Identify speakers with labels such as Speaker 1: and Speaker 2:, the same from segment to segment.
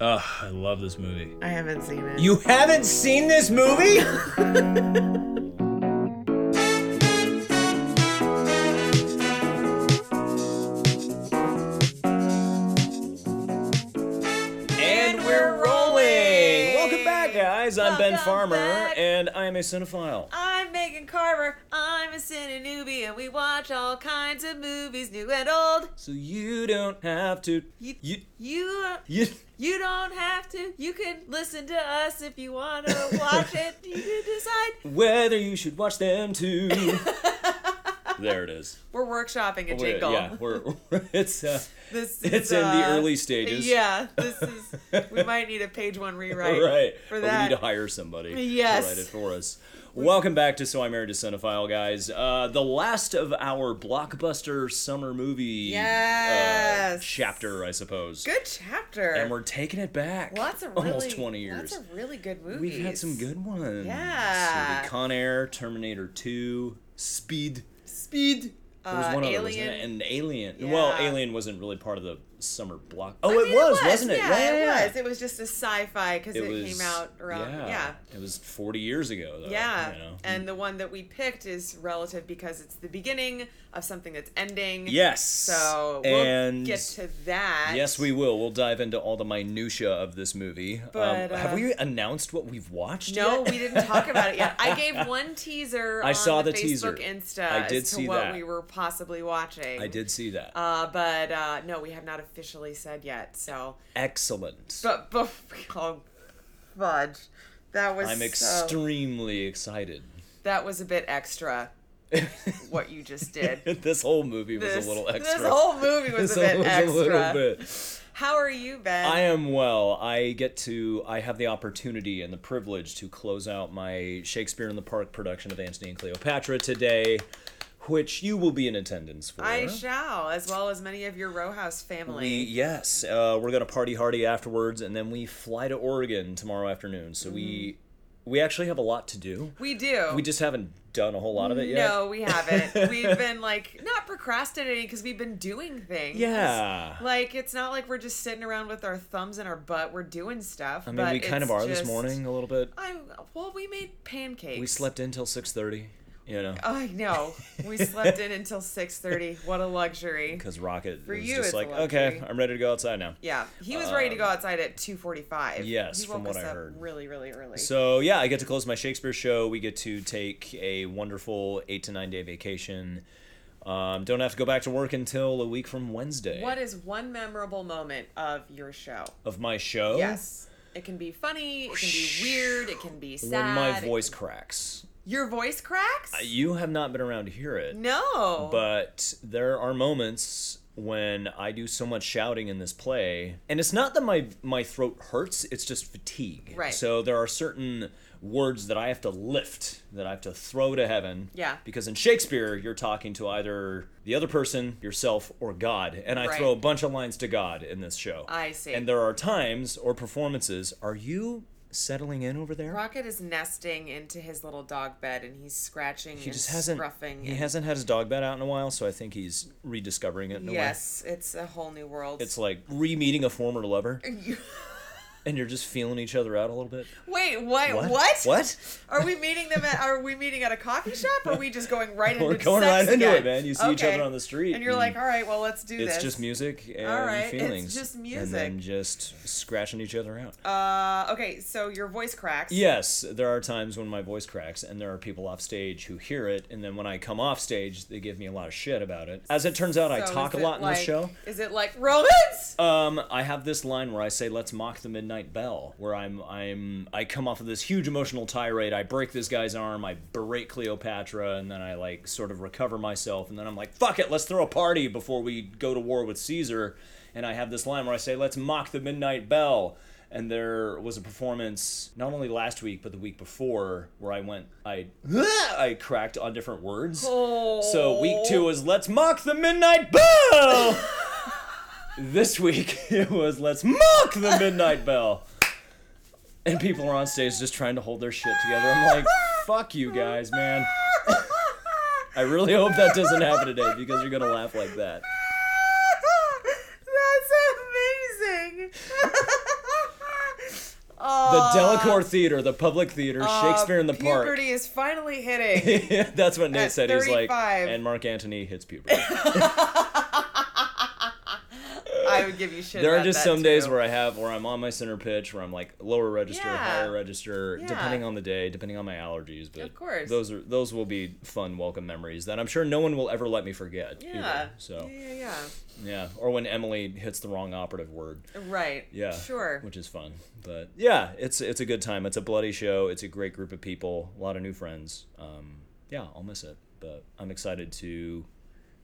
Speaker 1: Ugh, I love this movie.
Speaker 2: I haven't seen it.
Speaker 3: You haven't seen this movie? and we're rolling. Welcome back, guys. I'm Ben
Speaker 2: Welcome
Speaker 3: Farmer,
Speaker 2: back.
Speaker 3: and I'm a cinephile.
Speaker 2: I'm Megan Carver. I'm a cine newbie, and we watch all kinds of movies, new and old.
Speaker 3: So you don't have to.
Speaker 2: You-
Speaker 3: You.
Speaker 2: You
Speaker 3: You.
Speaker 2: you don't have to. You can listen to us if you want to watch it. You can decide.
Speaker 3: Whether you should watch them too. there it is.
Speaker 2: We're workshopping a
Speaker 3: We're-
Speaker 2: jingle.
Speaker 3: yeah, we're it's uh,
Speaker 2: This is,
Speaker 3: it's in the
Speaker 2: uh,
Speaker 3: early stages.
Speaker 2: Yeah, this is. We might need a page one rewrite.
Speaker 3: right.
Speaker 2: for
Speaker 3: Or We
Speaker 2: that.
Speaker 3: need to hire somebody
Speaker 2: Yes.
Speaker 3: to write it for us. Welcome back to So I Married a Cinephile, guys. Uh, the last of our blockbuster summer movie uh,
Speaker 2: Yes.
Speaker 3: chapter, I suppose.
Speaker 2: Good chapter.
Speaker 3: And we're taking it back.
Speaker 2: lots of really,
Speaker 3: almost twenty years.
Speaker 2: Lots of really good movies.
Speaker 3: We've had some good ones.
Speaker 2: Yeah.
Speaker 3: So Con Air, Terminator Two, Speed.
Speaker 2: speed.
Speaker 3: There was
Speaker 2: uh,
Speaker 3: one other, wasn't
Speaker 2: alien.
Speaker 3: it? And Alien. Well,
Speaker 2: Yeah.
Speaker 3: Alien wasn't really part of the summer block. Oh,
Speaker 2: I mean,
Speaker 3: it was, wasn't it?
Speaker 2: Yeah,
Speaker 3: yeah,
Speaker 2: it
Speaker 3: yeah, yeah.
Speaker 2: was. It was just a sci-fi because it, came out around. Yeah. Yeah.
Speaker 3: It was 40 years ago, though. You know?
Speaker 2: And the one that we picked is relative because it's the beginning of something that's ending.
Speaker 3: yes.
Speaker 2: So we'll
Speaker 3: and
Speaker 2: get to that.
Speaker 3: yes, we will. We'll dive into all the minutia of this movie. Um,
Speaker 2: But,
Speaker 3: have
Speaker 2: uh,
Speaker 3: we announced what we've watched?
Speaker 2: No,
Speaker 3: yet?
Speaker 2: we didn't talk about it yet. I gave one teaser.
Speaker 3: I
Speaker 2: on
Speaker 3: saw
Speaker 2: the,
Speaker 3: the
Speaker 2: Facebook
Speaker 3: teaser.
Speaker 2: Insta.
Speaker 3: I did
Speaker 2: as to
Speaker 3: see
Speaker 2: what
Speaker 3: that.
Speaker 2: we were possibly watching.
Speaker 3: I did see that.
Speaker 2: Uh, but uh, no, we have not officially said yet. So,
Speaker 3: Excellent.
Speaker 2: but, but oh, fudge, that was
Speaker 3: I'm
Speaker 2: so-
Speaker 3: extremely excited.
Speaker 2: that was a bit extra. What you just did.
Speaker 3: this whole movie was
Speaker 2: This,
Speaker 3: a little extra.
Speaker 2: this whole movie was
Speaker 3: This
Speaker 2: a bit
Speaker 3: was
Speaker 2: extra.
Speaker 3: little bit.
Speaker 2: How are you, Ben?
Speaker 3: I am well. I get to, I have the opportunity and the privilege to close out my Shakespeare in the Park production of Antony and Cleopatra today, which you will be in attendance for.
Speaker 2: I shall, as well as many of your row house
Speaker 3: we,
Speaker 2: family.
Speaker 3: yes, uh, we're gonna party hardy afterwards, and then we fly to Oregon tomorrow afternoon. So
Speaker 2: Mm.
Speaker 3: we, we actually have a lot to do.
Speaker 2: We, do.
Speaker 3: We just haven't done a whole lot of it yet.
Speaker 2: No, we haven't. we've been like not procrastinating because we've been doing things.
Speaker 3: Yeah.
Speaker 2: Like it's not like we're just sitting around with our thumbs in our butt. We're doing stuff.
Speaker 3: I mean,
Speaker 2: but
Speaker 3: we kind of
Speaker 2: it's
Speaker 3: are this
Speaker 2: just-
Speaker 3: morning a little bit.
Speaker 2: I well, we made pancakes. Oh,
Speaker 3: We slept in till six thirty. You know.
Speaker 2: I know. We slept in until six thirty. What a luxury.
Speaker 3: because Rocket was
Speaker 2: you,
Speaker 3: just
Speaker 2: it's a
Speaker 3: like, okay,
Speaker 2: luxury."
Speaker 3: I'm ready to go outside now.
Speaker 2: Yeah, he was ready to go outside at two forty-five.
Speaker 3: Um, yes,
Speaker 2: he woke
Speaker 3: from what
Speaker 2: us
Speaker 3: I
Speaker 2: up
Speaker 3: heard.
Speaker 2: really, really early.
Speaker 3: So yeah, I get to close my Shakespeare show. We get to take a wonderful eight to nine day vacation. Um, don't have to go back to work until a week from Wednesday
Speaker 2: what is one memorable moment of your show?
Speaker 3: of my show.
Speaker 2: Yes. It can be funny, it can be weird, it can be sad.
Speaker 3: when my
Speaker 2: it-
Speaker 3: voice cracks.
Speaker 2: Your voice cracks?
Speaker 3: You have not been around to hear it,
Speaker 2: no.
Speaker 3: but there are moments when I do so much shouting in this play, and it's not that my my throat hurts; it's just fatigue.
Speaker 2: Right.
Speaker 3: So there are certain words that I have to lift, that I have to throw to heaven.
Speaker 2: Yeah.
Speaker 3: Because in Shakespeare, you're talking to either the other person, yourself, or God, and I
Speaker 2: Right.
Speaker 3: throw a bunch of lines to God in this show.
Speaker 2: I see.
Speaker 3: And there are times or performances. Are you settling in over there?
Speaker 2: Rocket is nesting into his little dog bed and he's scratching
Speaker 3: He
Speaker 2: and
Speaker 3: just hasn't.
Speaker 2: scruffing.
Speaker 3: He
Speaker 2: and-
Speaker 3: hasn't had his dog bed out in a while, so I think he's rediscovering it. In a way.
Speaker 2: Yes, it's a whole new world.
Speaker 3: It's like re-meeting a former lover, and you're just feeling each other out a little bit.
Speaker 2: Wait, what, what?
Speaker 3: What?
Speaker 2: Are we meeting them at are we meeting at a coffee shop or are we just going right into
Speaker 3: We're going
Speaker 2: sex
Speaker 3: right into
Speaker 2: again?
Speaker 3: it, man. You see each
Speaker 2: Okay.
Speaker 3: other on the street,
Speaker 2: And you're like, all right, well, let's do
Speaker 3: It's
Speaker 2: this.
Speaker 3: just music and
Speaker 2: right, it's
Speaker 3: feelings.
Speaker 2: just
Speaker 3: And then
Speaker 2: music.
Speaker 3: just scratching each other out.
Speaker 2: Uh, okay, so your voice cracks.
Speaker 3: yes, there are times when my voice cracks, and there are people off stage who hear it, and then when I come off stage, they give me a lot of shit about it. As it turns out, I
Speaker 2: So
Speaker 3: talk a
Speaker 2: is
Speaker 3: lot
Speaker 2: it
Speaker 3: in
Speaker 2: like,
Speaker 3: this show.
Speaker 2: Is it like Romans?
Speaker 3: Um, I have this line where I say, "Let's mock the midnight bell," where I'm, I'm, I come off of this huge emotional tirade. I break this guy's arm. I berate Cleopatra, and then I like sort of recover myself, and then I'm like, "Fuck it, let's throw a party before we go to war with Caesar." And I have this line where I say, "Let's mock the midnight bell." And there was a performance not only last week but the week before where I went, I, I cracked on different words.
Speaker 2: Oh.
Speaker 3: Oh. So week two was let's mock the midnight bell. this week it was let's mock the midnight bell. And people are on stage just trying to hold their shit together. I'm like, fuck you guys, man. I really hope that doesn't happen today because you're gonna laugh like that.
Speaker 2: That's amazing.
Speaker 3: The
Speaker 2: Uh,
Speaker 4: Oh,
Speaker 3: Delacour Theater, the public theater, Shakespeare in the Park.
Speaker 2: Puberty is finally hitting.
Speaker 3: That's what Nate
Speaker 2: At
Speaker 3: said. He's like,
Speaker 2: 35.
Speaker 3: and Mark Antony hits puberty.
Speaker 2: I would give you shit.
Speaker 3: there are
Speaker 2: about
Speaker 3: just
Speaker 2: that,
Speaker 3: some days
Speaker 2: too.
Speaker 3: where I have where I'm on my center pitch, where I'm like lower register,
Speaker 2: Yeah.
Speaker 3: higher register,
Speaker 2: Yeah.
Speaker 3: depending on the day, depending on my allergies. But
Speaker 2: Of course.
Speaker 3: those are those will be fun, welcome memories that I'm sure no one will ever let me forget. either.
Speaker 2: Yeah.
Speaker 3: So
Speaker 2: Yeah, yeah,
Speaker 3: yeah, or when Emily hits the wrong operative word.
Speaker 2: yeah. Right.
Speaker 3: Yeah.
Speaker 2: Oh, Sure.
Speaker 3: Which is fun. But yeah, it's it's a good time. It's a bloody show. It's a great group of people. A lot of new friends. Um, yeah, I'll miss it, but I'm excited to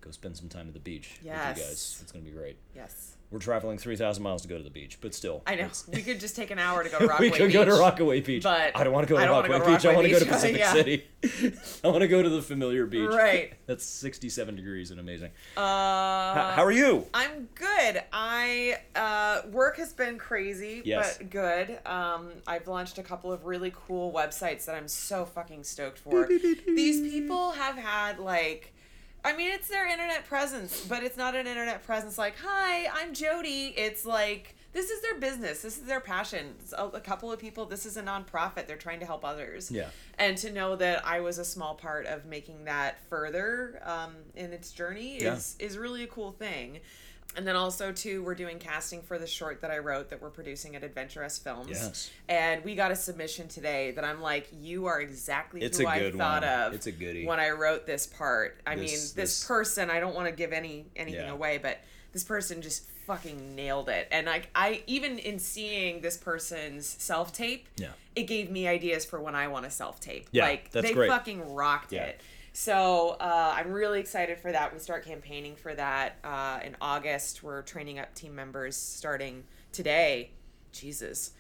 Speaker 3: go spend some time at the beach with
Speaker 2: Yes.
Speaker 3: you guys. It's gonna be great.
Speaker 2: yes.
Speaker 3: We're traveling 3,000 miles to go to the beach, but still.
Speaker 2: I know.
Speaker 3: it's-
Speaker 2: We could just take an hour to go to Rockaway
Speaker 3: we could
Speaker 2: Beach.
Speaker 3: go to Rockaway Beach.
Speaker 2: but
Speaker 3: I don't want to go to
Speaker 2: I don't wanna
Speaker 3: Rockaway
Speaker 2: go to
Speaker 3: Beach. I want to
Speaker 2: Rockaway
Speaker 3: go to
Speaker 2: Beach.
Speaker 3: Pacific
Speaker 2: Yeah.
Speaker 3: City. I want to go to the familiar beach.
Speaker 2: Right.
Speaker 3: That's 67 degrees and amazing.
Speaker 2: Uh,
Speaker 3: H- How are you?
Speaker 2: I'm good. I uh, work has been crazy,
Speaker 3: Yes.
Speaker 2: but good. Um, I've launched a couple of really cool websites that I'm so fucking stoked for. These people have had like. I mean, it's their internet presence, but it's not an internet presence like, hi, I'm Jody. It's like, this is their business. This is their passion. It's A, a couple of people, this is a nonprofit. They're trying to help others.
Speaker 3: Yeah.
Speaker 2: And to know that I was a small part of making that further um, in its journey
Speaker 3: Yeah.
Speaker 2: is is really a cool thing. And then also too, we're doing casting for the short that I wrote that we're producing at Adventurous Films.
Speaker 3: Yes.
Speaker 2: And we got a submission today that I'm like, you are exactly
Speaker 3: It's
Speaker 2: who
Speaker 3: a
Speaker 2: I
Speaker 3: good
Speaker 2: thought
Speaker 3: one.
Speaker 2: of.
Speaker 3: It's a goodie.
Speaker 2: When I wrote this part, I mean,
Speaker 3: This-
Speaker 2: this,
Speaker 3: this-
Speaker 2: person. I don't want to give any anything
Speaker 3: Yeah.
Speaker 2: away, but this person just fucking nailed it. And like, I even in seeing this person's self tape,
Speaker 3: Yeah.
Speaker 2: it gave me ideas for when I want to self tape.
Speaker 3: Yeah,
Speaker 2: like
Speaker 3: that's
Speaker 2: they
Speaker 3: great.
Speaker 2: fucking rocked
Speaker 3: Yeah.
Speaker 2: it. So uh, I'm really excited for that. We start campaigning for that uh, in August. We're training up team members starting today. Jesus.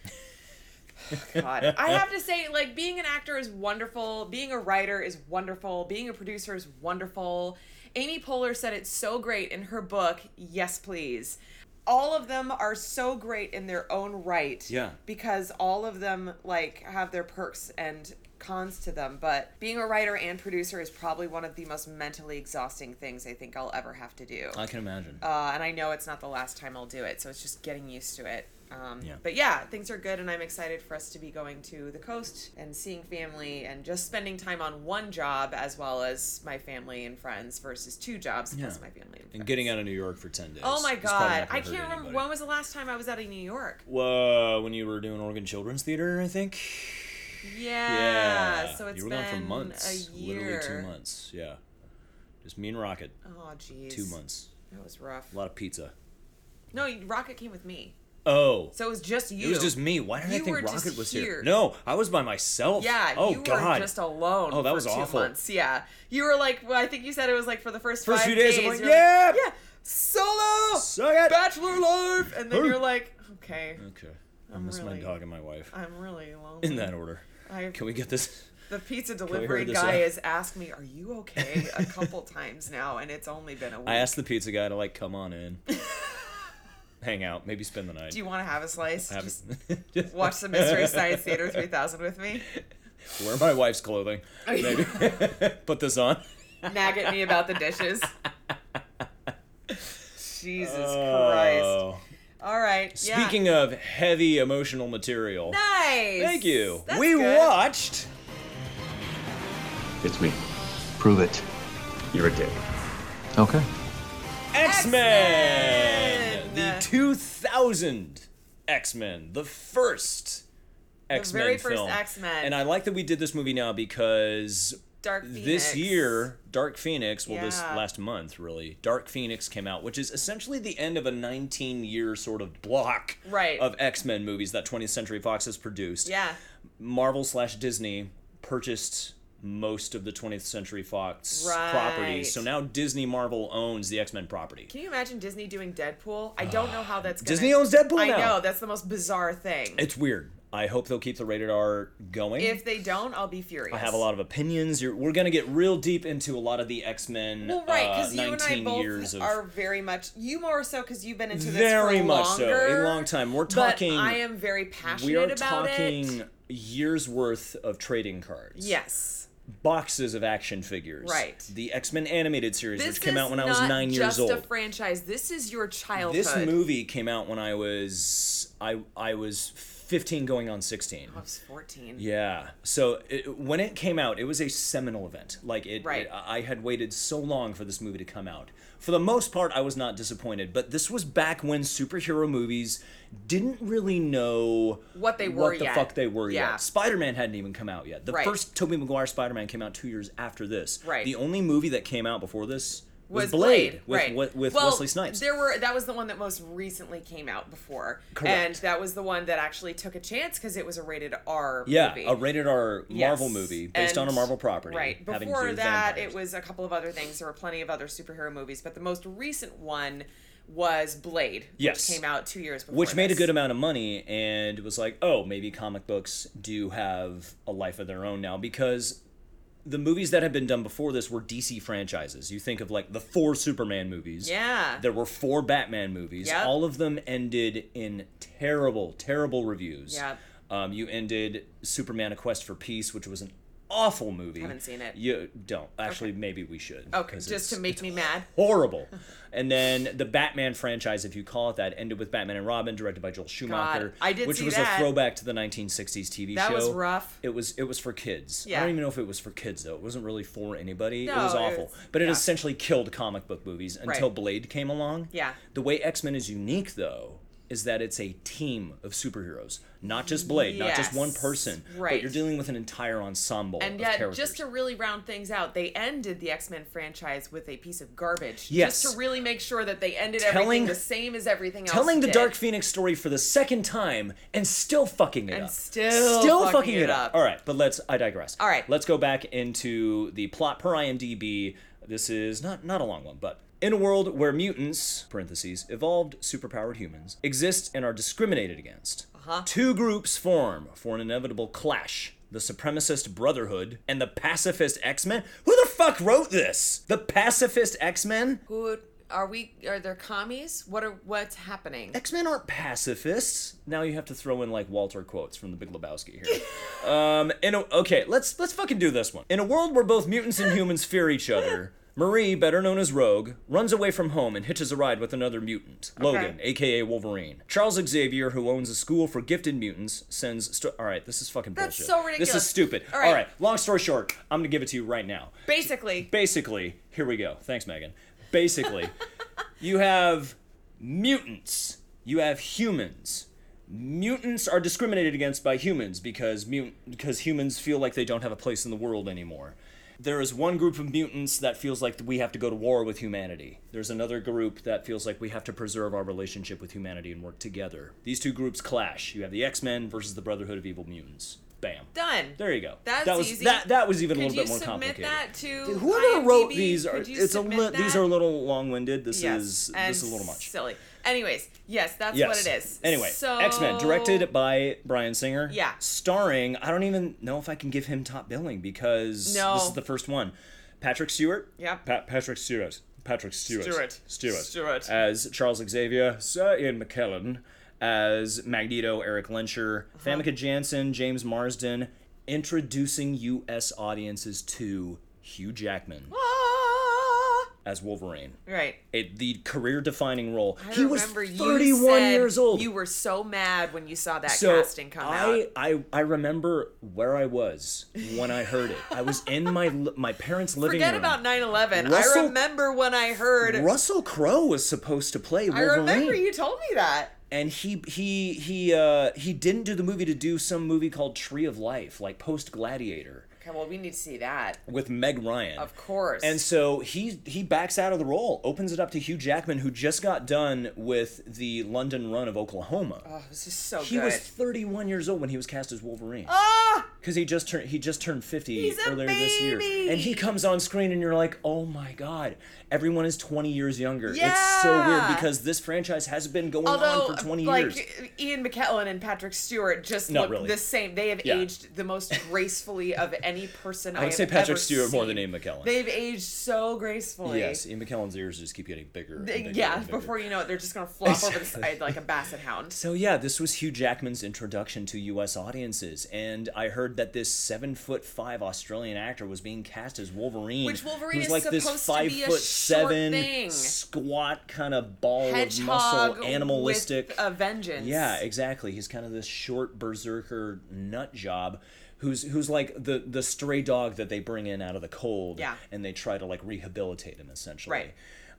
Speaker 2: God. I have to say, like, being an actor is wonderful. Being a writer is wonderful. Being a producer is wonderful. Amy Poehler said it's so great in her book, Yes Please. All of them are so great in their own right.
Speaker 3: Yeah.
Speaker 2: Because all of them, like, have their perks and cons to them. But being a writer and producer is probably one of the most mentally exhausting things I think I'll ever have to do
Speaker 3: I can imagine.
Speaker 2: uh, and I know it's not the last time I'll do it, so it's just getting used to it. Um,
Speaker 3: Yeah.
Speaker 2: But yeah, things are good, and I'm excited for us to be going to the coast and seeing family and just spending time on one job as well as my family and friends versus two jobs plus
Speaker 3: Yeah.
Speaker 2: my family and friends.
Speaker 3: and getting out of New York for 10 days.
Speaker 2: Oh my
Speaker 3: is probably
Speaker 2: god,
Speaker 3: not gonna
Speaker 2: I
Speaker 3: hurt
Speaker 2: can't remember
Speaker 3: anybody.
Speaker 2: when was the last time I was out of New York.
Speaker 3: Whoa, when you were doing Oregon Children's Theater, I think.
Speaker 2: Yeah, so it's
Speaker 3: you were
Speaker 2: been
Speaker 3: gone for months,
Speaker 2: a year.
Speaker 3: literally two months. Yeah, just me and Rocket,
Speaker 2: Oh jeez,
Speaker 3: two months.
Speaker 2: That was rough.
Speaker 3: A lot of pizza.
Speaker 2: No, you- Rocket came with me,
Speaker 3: Oh,
Speaker 2: so it was just you.
Speaker 3: it was just me. Why did I
Speaker 2: You
Speaker 3: think
Speaker 2: were just
Speaker 3: Rocket was here?
Speaker 2: here.
Speaker 3: No, I was by myself.
Speaker 2: Yeah,
Speaker 3: Oh
Speaker 2: you were
Speaker 3: God.
Speaker 2: just alone.
Speaker 3: Oh, that
Speaker 2: for
Speaker 3: was
Speaker 2: two
Speaker 3: awful.
Speaker 2: Months. Yeah, you were like, well, I think you said it was like for the first
Speaker 3: First
Speaker 2: five
Speaker 3: few days, I'm like,
Speaker 2: you're
Speaker 3: yeah!
Speaker 2: yeah, solo,
Speaker 3: Suck it.
Speaker 2: bachelor life, and then
Speaker 3: Hey.
Speaker 2: you're like, okay,
Speaker 3: Okay. I
Speaker 2: I'm
Speaker 3: miss my
Speaker 2: really-
Speaker 3: dog and my wife.
Speaker 2: I'm really lonely.
Speaker 3: In that order.
Speaker 2: I,
Speaker 3: Can we get this?
Speaker 2: the pizza
Speaker 3: we hurry
Speaker 2: delivery
Speaker 3: this
Speaker 2: guy
Speaker 3: up?
Speaker 2: has asked me, "Are you okay?" a couple times now, and it's only been a week.
Speaker 3: I asked the pizza guy to like come on in, hang out, maybe spend the night.
Speaker 2: Do you want to have a slice?
Speaker 3: I haven't-
Speaker 2: Just
Speaker 3: just-
Speaker 2: watch the Mystery Science Theater 3000 with me.
Speaker 3: Wear my wife's clothing. Maybe put this on.
Speaker 2: Nag at me about the dishes. Jesus Christ.
Speaker 3: Oh.
Speaker 2: All right. yeah.
Speaker 3: Speaking of heavy emotional material,
Speaker 2: Nice.
Speaker 3: thank you.
Speaker 2: That's
Speaker 3: we
Speaker 2: good.
Speaker 3: watched.
Speaker 5: It's me.
Speaker 6: Prove it.
Speaker 5: You're a dick.
Speaker 6: Okay.
Speaker 3: X Men!
Speaker 2: X-Men!
Speaker 3: The 2000 X Men, the first X Men
Speaker 2: very first
Speaker 3: film.
Speaker 2: X-Men.
Speaker 3: And I like that we did this movie now because
Speaker 2: Dark
Speaker 3: this
Speaker 2: Phoenix.
Speaker 3: year, Dark Phoenix, well, this
Speaker 2: Yeah.
Speaker 3: last month really, Dark Phoenix came out, which is essentially the end of a 19 year sort of block
Speaker 2: Right.
Speaker 3: of X Men movies that 20th Century Fox has produced.
Speaker 2: Yeah.
Speaker 3: Marvel slash Disney purchased most of the 20th Century Fox
Speaker 2: Right.
Speaker 3: properties. So now Disney Marvel owns the X Men property.
Speaker 2: Can you imagine Disney doing Deadpool? I don't know how that's gonna
Speaker 3: Disney owns Deadpool
Speaker 2: I
Speaker 3: now.
Speaker 2: know, that's the most bizarre thing.
Speaker 3: It's weird. I hope they'll keep the rated R going.
Speaker 2: if they don't, I'll be furious.
Speaker 3: I have a lot of opinions. You're, we're gonna get real deep into a lot of the X Men.
Speaker 2: Well, right,
Speaker 3: because
Speaker 2: because you and I
Speaker 3: uh, years of,
Speaker 2: both are very much you more so because you've been into this
Speaker 3: very
Speaker 2: for
Speaker 3: much
Speaker 2: longer,
Speaker 3: so, a long time. We're talking.
Speaker 2: But I am very passionate
Speaker 3: we are
Speaker 2: about
Speaker 3: talking
Speaker 2: it.
Speaker 3: years worth of trading cards.
Speaker 2: Yes,
Speaker 3: boxes of action figures.
Speaker 2: Right.
Speaker 3: The X Men animated series,
Speaker 2: this
Speaker 3: which came out
Speaker 2: is
Speaker 3: when I was
Speaker 2: not
Speaker 3: nine
Speaker 2: just
Speaker 3: years old.
Speaker 2: a franchise. This is your childhood.
Speaker 3: This movie came out when I was I I was 15 going on 16.
Speaker 2: I was 14.
Speaker 3: Yeah. So it, when it came out, it was a seminal event. Like it,
Speaker 2: Right.
Speaker 3: it- I had waited so long for this movie to come out. For the most part, I was not disappointed. But this was back when superhero movies didn't really know
Speaker 2: What they were
Speaker 3: what the
Speaker 2: yet.
Speaker 3: fuck they were
Speaker 2: Yeah.
Speaker 3: yet. Spider-Man hadn't even come out yet. The
Speaker 2: Right.
Speaker 3: first Tobey Maguire Spider-Man came out two years after this.
Speaker 2: Right.
Speaker 3: The only movie that came out before this was,
Speaker 2: was
Speaker 3: Blade,
Speaker 2: Blade,
Speaker 3: with
Speaker 2: right?
Speaker 3: with, with
Speaker 2: Well,
Speaker 3: Wesley Snipes.
Speaker 2: There were that was the one that most recently came out before,
Speaker 3: Correct.
Speaker 2: and that was the one that actually took a chance because it was a rated R.
Speaker 3: yeah,
Speaker 2: movie.
Speaker 3: a rated R Marvel
Speaker 2: Yes.
Speaker 3: movie based on a
Speaker 2: And-
Speaker 3: Marvel property.
Speaker 2: Right.
Speaker 3: having to do
Speaker 2: Before
Speaker 3: with
Speaker 2: that,
Speaker 3: vampires.
Speaker 2: it was a couple of other things. There were plenty of other superhero movies, but the most recent one was Blade,
Speaker 3: Yes.
Speaker 2: which came out two years before.
Speaker 3: which made a
Speaker 2: this.
Speaker 3: good amount of money and it was like oh maybe comic books do have a life of their own now because the movies that had been done before this were dc franchises you think of like the four superman movies
Speaker 2: Yeah.
Speaker 3: there were four batman movies
Speaker 2: Yep.
Speaker 3: all of them ended in terrible terrible reviews
Speaker 2: Yep.
Speaker 3: um, you ended superman a quest for peace which was an awful movie
Speaker 2: Haven't seen it.
Speaker 3: you don't actually maybe we should
Speaker 2: Okay,
Speaker 3: 'cause
Speaker 2: Oh, just
Speaker 3: it's-
Speaker 2: to make me mad.
Speaker 3: horrible. And then the Batman franchise, if you call it that, ended with Batman and Robin, directed by Joel Schumacher,
Speaker 2: I did
Speaker 3: which
Speaker 2: see
Speaker 3: was
Speaker 2: that.
Speaker 3: a throwback to the 1960s TV
Speaker 2: That
Speaker 3: show.
Speaker 2: was rough.
Speaker 3: It was it was for kids. I
Speaker 2: Yeah.
Speaker 3: don't even know if it was for kids though. It wasn't really for anybody. it
Speaker 2: No,
Speaker 3: was
Speaker 2: it
Speaker 3: awful.
Speaker 2: was-
Speaker 3: but it
Speaker 2: yeah.
Speaker 3: essentially killed comic book movies until
Speaker 2: Right.
Speaker 3: Blade came along.
Speaker 2: Yeah.
Speaker 3: The way X-Men is unique though is that it's a team of superheroes, not just Blade, not just one
Speaker 2: Yes,
Speaker 3: person, but
Speaker 2: right.
Speaker 3: you're dealing with an entire ensemble
Speaker 2: And
Speaker 3: of
Speaker 2: yet,
Speaker 3: characters.
Speaker 2: just to really round things out, they ended the X Men franchise with a piece of garbage.
Speaker 3: Yes.
Speaker 2: Just to really make sure that they ended
Speaker 3: Telling-
Speaker 2: everything the same as everything else.
Speaker 3: telling the
Speaker 2: did.
Speaker 3: Dark Phoenix story for the second time and still fucking it
Speaker 2: And
Speaker 3: up.
Speaker 2: still fucking it up.
Speaker 3: All right, but let's. I digress.
Speaker 2: All right.
Speaker 3: let's go back into the plot per IMDb. This is not not a long one, but. In a world where mutants (parentheses) evolved superpowered humans exist and are discriminated against, uh-huh. two groups form for an inevitable clash: the supremacist Brotherhood and the pacifist X-Men. Who the fuck wrote this? The pacifist X-Men?
Speaker 2: Who are we? Are there commies? What are what's happening?
Speaker 3: X Men aren't pacifists. Now you have to throw in like Walter quotes from The Big Lebowski here. um, in a, okay, let's let's fucking do this one. In a world where both mutants and humans fear each other, Marie, better known as Rogue, runs away from home and hitches a ride with another mutant, Logan, aka Wolverine. Charles Xavier, who owns a school for gifted mutants, sends. St- All right, this is fucking
Speaker 2: That's
Speaker 3: bullshit.
Speaker 2: so
Speaker 3: This is
Speaker 2: ridiculous.
Speaker 3: stupid.
Speaker 2: All right.
Speaker 3: All right, long story short, I'm gonna give it to you right now eh,
Speaker 2: Basically,
Speaker 3: basically, here we go. Thanks, Megan. Basically, you have mutants, you have humans. Mutants are discriminated against by humans because mut- because humans feel like they don't have a place in the world anymore. There is one group of mutants that feels like we have to go to war with humanity. There's another group that feels like we have to preserve our relationship with humanity and work together. These two groups clash. You have the X-Men versus the Brotherhood of Evil Mutants. Bam.
Speaker 2: done.
Speaker 3: There you go.
Speaker 2: That's
Speaker 3: that was
Speaker 2: easy.
Speaker 3: that that was even
Speaker 2: Could
Speaker 3: a little
Speaker 2: you
Speaker 3: bit more
Speaker 2: submit
Speaker 3: complicated
Speaker 2: that to
Speaker 3: whoever wrote
Speaker 2: IMDb?
Speaker 3: these are
Speaker 2: Could you
Speaker 3: it's a
Speaker 2: submit
Speaker 3: li- these
Speaker 2: that?
Speaker 3: are a little long-winded this
Speaker 2: Yes,
Speaker 3: is
Speaker 2: and
Speaker 3: this is a little much
Speaker 2: silly. Anyways, yes, that's
Speaker 3: yes
Speaker 2: what it is.
Speaker 3: anyway
Speaker 2: so,
Speaker 3: x-men directed by brian singer
Speaker 2: Yeah.
Speaker 3: starring i don't even know if i can give him top billing because
Speaker 2: No.
Speaker 3: this is the first one patrick stewart
Speaker 2: Yep.
Speaker 3: Pa- patrick stewart patrick stewart
Speaker 2: Stewart.
Speaker 3: stewart
Speaker 2: Stewart.
Speaker 3: as charles xavier sir ian mckellen as magneto eric lenscher
Speaker 2: Uh-huh.
Speaker 3: famke janssen james marsden introducing us audiences to hugh jackman
Speaker 2: Ah,
Speaker 3: as Wolverine.
Speaker 2: right.
Speaker 3: It, the career defining role.
Speaker 2: I
Speaker 3: he was
Speaker 2: remember you
Speaker 3: 31
Speaker 2: said
Speaker 3: years old.
Speaker 2: You were so mad when you saw that
Speaker 3: so
Speaker 2: casting come
Speaker 3: I,
Speaker 2: out.
Speaker 3: I I remember where I was when I heard it. I was in my li- my parents' living
Speaker 2: Forget
Speaker 3: room.
Speaker 2: about 9/11.
Speaker 3: Russell-
Speaker 2: I remember when I heard.
Speaker 3: Russell Crowe was supposed to play
Speaker 2: I
Speaker 3: Wolverine,
Speaker 2: remember you told me that.
Speaker 3: and he he he uh, he didn't do the movie to do some movie called Tree of Life, like post Gladiator,
Speaker 2: Okay, well, we need to see that,
Speaker 3: with Meg Ryan.
Speaker 2: of course.
Speaker 3: And so he he backs out of the role, opens it up to Hugh Jackman, who just got done with the London run of Oklahoma.
Speaker 2: oh, this is so
Speaker 3: He
Speaker 2: good.
Speaker 3: was 31 years old when he was cast as Wolverine. Because he just turned he just turned 50
Speaker 2: Oh. He's a
Speaker 3: earlier this year,
Speaker 2: baby!
Speaker 3: and he comes on screen, and you're like, oh my god, everyone is 20 years younger. It's so weird
Speaker 2: Yeah.
Speaker 3: because this franchise has been going
Speaker 2: Although,
Speaker 3: on for 20
Speaker 2: like
Speaker 3: years.
Speaker 2: Ian McKellen and Patrick Stewart just
Speaker 3: Not
Speaker 2: look
Speaker 3: really.
Speaker 2: the same. They have
Speaker 3: Yeah.
Speaker 2: aged the most gracefully of any person. I
Speaker 3: would
Speaker 2: have
Speaker 3: say Patrick
Speaker 2: ever
Speaker 3: Stewart more than
Speaker 2: seen.
Speaker 3: Ian McKellen.
Speaker 2: They've aged so gracefully.
Speaker 3: Yes, Ian McKellen's ears just keep getting bigger. and
Speaker 2: They-
Speaker 3: bigger
Speaker 2: yeah.
Speaker 3: and bigger.
Speaker 2: Before you know it, they're just gonna flop over the side like a basset hound.
Speaker 3: So yeah, this was Hugh Jackman's introduction to U.S. audiences, and I heard discovered that this seven foot five Australian actor was being cast as Wolverine,
Speaker 2: Which Wolverine
Speaker 3: who's
Speaker 2: is
Speaker 3: like this
Speaker 2: supposed to
Speaker 3: five
Speaker 2: be a
Speaker 3: foot
Speaker 2: short
Speaker 3: seven
Speaker 2: thing.
Speaker 3: squat kind of ball
Speaker 2: Hedgehog
Speaker 3: of muscle, animalistic
Speaker 2: with a vengeance.
Speaker 3: yeah, exactly. He's kind of this short berserker nut job who's who's like the the stray dog that they bring in out of the cold
Speaker 2: Yeah.
Speaker 3: and they try to like rehabilitate him essentially.
Speaker 2: Right.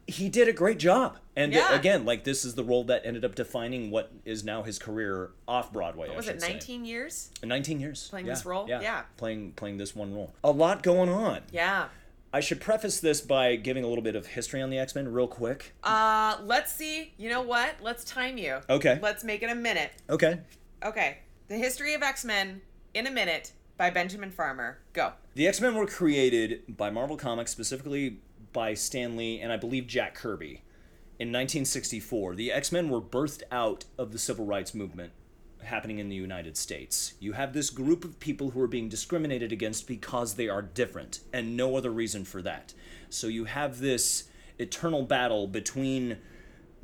Speaker 3: He did a great job. And
Speaker 2: Yeah.
Speaker 3: again, like this is the role that ended up defining what is now his career off Broadway. I
Speaker 2: was it
Speaker 3: should say.
Speaker 2: 19 years?
Speaker 3: 19 years.
Speaker 2: Playing
Speaker 3: Yeah,
Speaker 2: this role? Yeah.
Speaker 3: Playing playing this one role. A lot going on.
Speaker 2: Yeah.
Speaker 3: I should preface this by giving a little bit of history on the X-Men real quick.
Speaker 2: Uh, let's see. You know what? Let's time you.
Speaker 3: Okay.
Speaker 2: Let's make it a minute.
Speaker 3: okay.
Speaker 2: Okay. The history of X Men in a minute by Benjamin Farmer. Go.
Speaker 3: The X Men were created by Marvel Comics, specifically by Stan Lee and I believe Jack Kirby. In 1964, the X Men were birthed out of the civil rights movement happening in the United States. You have this group of people who are being discriminated against because they are different, and no other reason for that. So you have this eternal battle between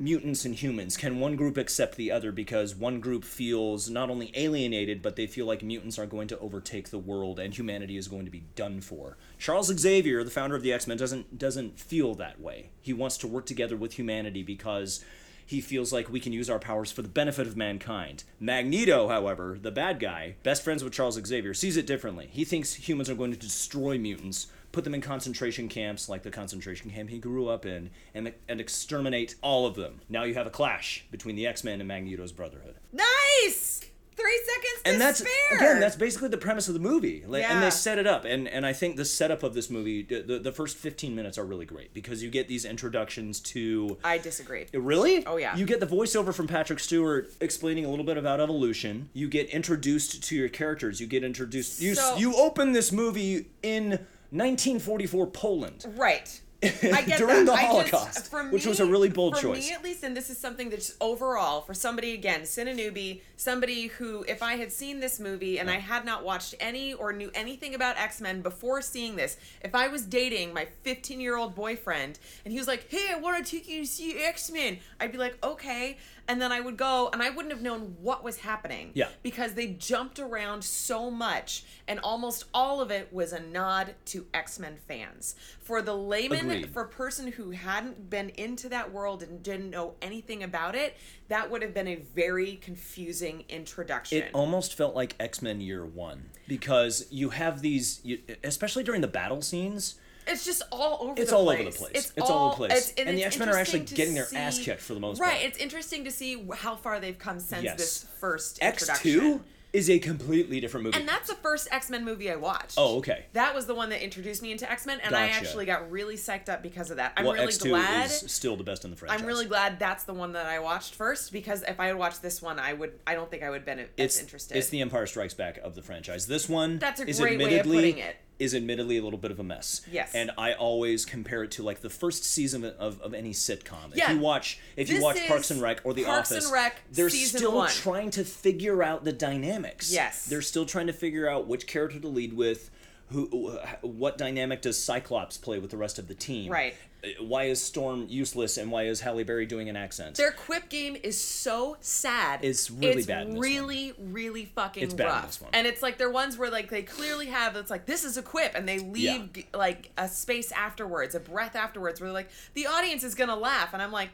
Speaker 3: mutants and humans can one group accept the other because one group feels not only alienated but they feel like mutants are going to overtake the world and humanity is going to be done for charles xavier the founder of the x-men doesn't doesn't feel that way he wants to work together with humanity because he feels like we can use our powers for the benefit of mankind. Magneto, however, the bad guy, best friends with Charles Xavier, sees it differently. He thinks humans are going to destroy mutants, put them in concentration camps like the concentration camp he grew up in, and, and exterminate all of them. Now you have a clash between the X Men and Magneto's Brotherhood.
Speaker 2: Nice. Three seconds to
Speaker 3: And that's
Speaker 2: spare.
Speaker 3: again, that's basically the premise of the movie. Like, And
Speaker 2: Yeah.
Speaker 3: they set it up, and and I think the setup of this movie, the, the, the first fifteen minutes are really great because you get these introductions to
Speaker 2: I disagree.
Speaker 3: Really?
Speaker 2: Oh, yeah.
Speaker 3: You get the voiceover from Patrick Stewart explaining a little bit about evolution. You get introduced to your characters. You get introduced. You
Speaker 2: So-
Speaker 3: you open this movie in 1944 Poland.
Speaker 2: Right. I get
Speaker 3: During
Speaker 2: that.
Speaker 3: the
Speaker 2: I just-
Speaker 3: Holocaust,
Speaker 2: for
Speaker 3: which was
Speaker 2: me-
Speaker 3: a really bold
Speaker 2: for
Speaker 3: choice.
Speaker 2: me at least, and this is something that's overall for somebody again, sin a newbie, somebody who, if I had seen this movie and I had not watched any or knew anything about X Men before seeing this, if I was dating my 15 year old boyfriend and he was like, "Hey, I want to take you to see X Men," I'd be like, "Okay," and then I would go, and I wouldn't have known what was happening.
Speaker 3: Yeah.
Speaker 2: Because they jumped around so much, and almost all of it was a nod to X Men fans. For the layman,
Speaker 3: Agreed.
Speaker 2: for a person who hadn't been into that world and didn't know anything about it, that would have been a very confusing introduction.
Speaker 3: It almost felt like X Men Year One because you have these, you, especially during the battle scenes.
Speaker 2: it's just all over.
Speaker 3: It's
Speaker 2: the
Speaker 3: all
Speaker 2: place.
Speaker 3: over the place. It's all over the place. And the
Speaker 2: it's
Speaker 3: X-Men are actually
Speaker 2: interesting to
Speaker 3: getting their ass kicked for the most
Speaker 2: right,
Speaker 3: part.
Speaker 2: It's interesting to see wh- how far they've come since
Speaker 3: Yes.
Speaker 2: this first
Speaker 3: X Two
Speaker 2: introduction.
Speaker 3: is a completely different movie.
Speaker 2: And that's the first X Men movie I watched.
Speaker 3: oh, okay.
Speaker 2: That was the one that introduced me into X Men, and I
Speaker 3: Gotcha.
Speaker 2: actually got really psyched up because of that. I'm
Speaker 3: well,
Speaker 2: really
Speaker 3: X Two
Speaker 2: glad.
Speaker 3: is still the best in the franchise.
Speaker 2: I'm really glad that's the one that I watched first because if I had watched this one, I would. I don't think I would have been as
Speaker 3: it's
Speaker 2: interested.
Speaker 3: It's the Empire Strikes Back of the franchise. This one
Speaker 2: That's a
Speaker 3: is
Speaker 2: great way of
Speaker 3: admittedly
Speaker 2: putting it.
Speaker 3: is admittedly a little bit of a mess.
Speaker 2: Yes.
Speaker 3: And I always compare it to like the first season of, of any sitcom. If
Speaker 2: Yeah.
Speaker 3: you watch if you
Speaker 2: This
Speaker 3: watch Parks
Speaker 2: is
Speaker 3: and Rec or The
Speaker 2: Parks and
Speaker 3: Office,
Speaker 2: Rec
Speaker 3: they're
Speaker 2: season
Speaker 3: still
Speaker 2: one.
Speaker 3: trying to figure out the dynamics.
Speaker 2: Yes.
Speaker 3: They're still trying to figure out which character to lead with. Who, wh- what dynamic does Cyclops play with the rest of the team?
Speaker 2: Right.
Speaker 3: Uh, Why is Storm useless, and why is Halle Berry doing an accent?
Speaker 2: Their quip game is so sad.
Speaker 3: It's really bad in this one.
Speaker 2: really, really fucking
Speaker 3: It's bad in
Speaker 2: rough.
Speaker 3: this one.
Speaker 2: And it's like they're ones where like they clearly have. It's like this is a quip, and they leave
Speaker 3: Yeah.
Speaker 2: g- like a space afterwards, a breath afterwards, where they're like the audience is gonna laugh, and I'm like,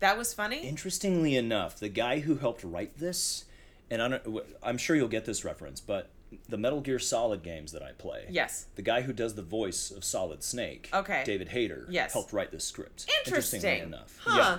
Speaker 2: that was funny.
Speaker 3: Interestingly enough, the guy who helped write this, and I don't, w- I'm sure you'll get this reference, but the Metal Gear Solid games that I play.
Speaker 2: Yes.
Speaker 3: The guy who does the voice of Solid Snake,
Speaker 2: Okay.
Speaker 3: David Hayter,
Speaker 2: Yes.
Speaker 3: helped write this script.
Speaker 2: Interesting.
Speaker 3: Interestingly enough. Yeah.
Speaker 2: Huh.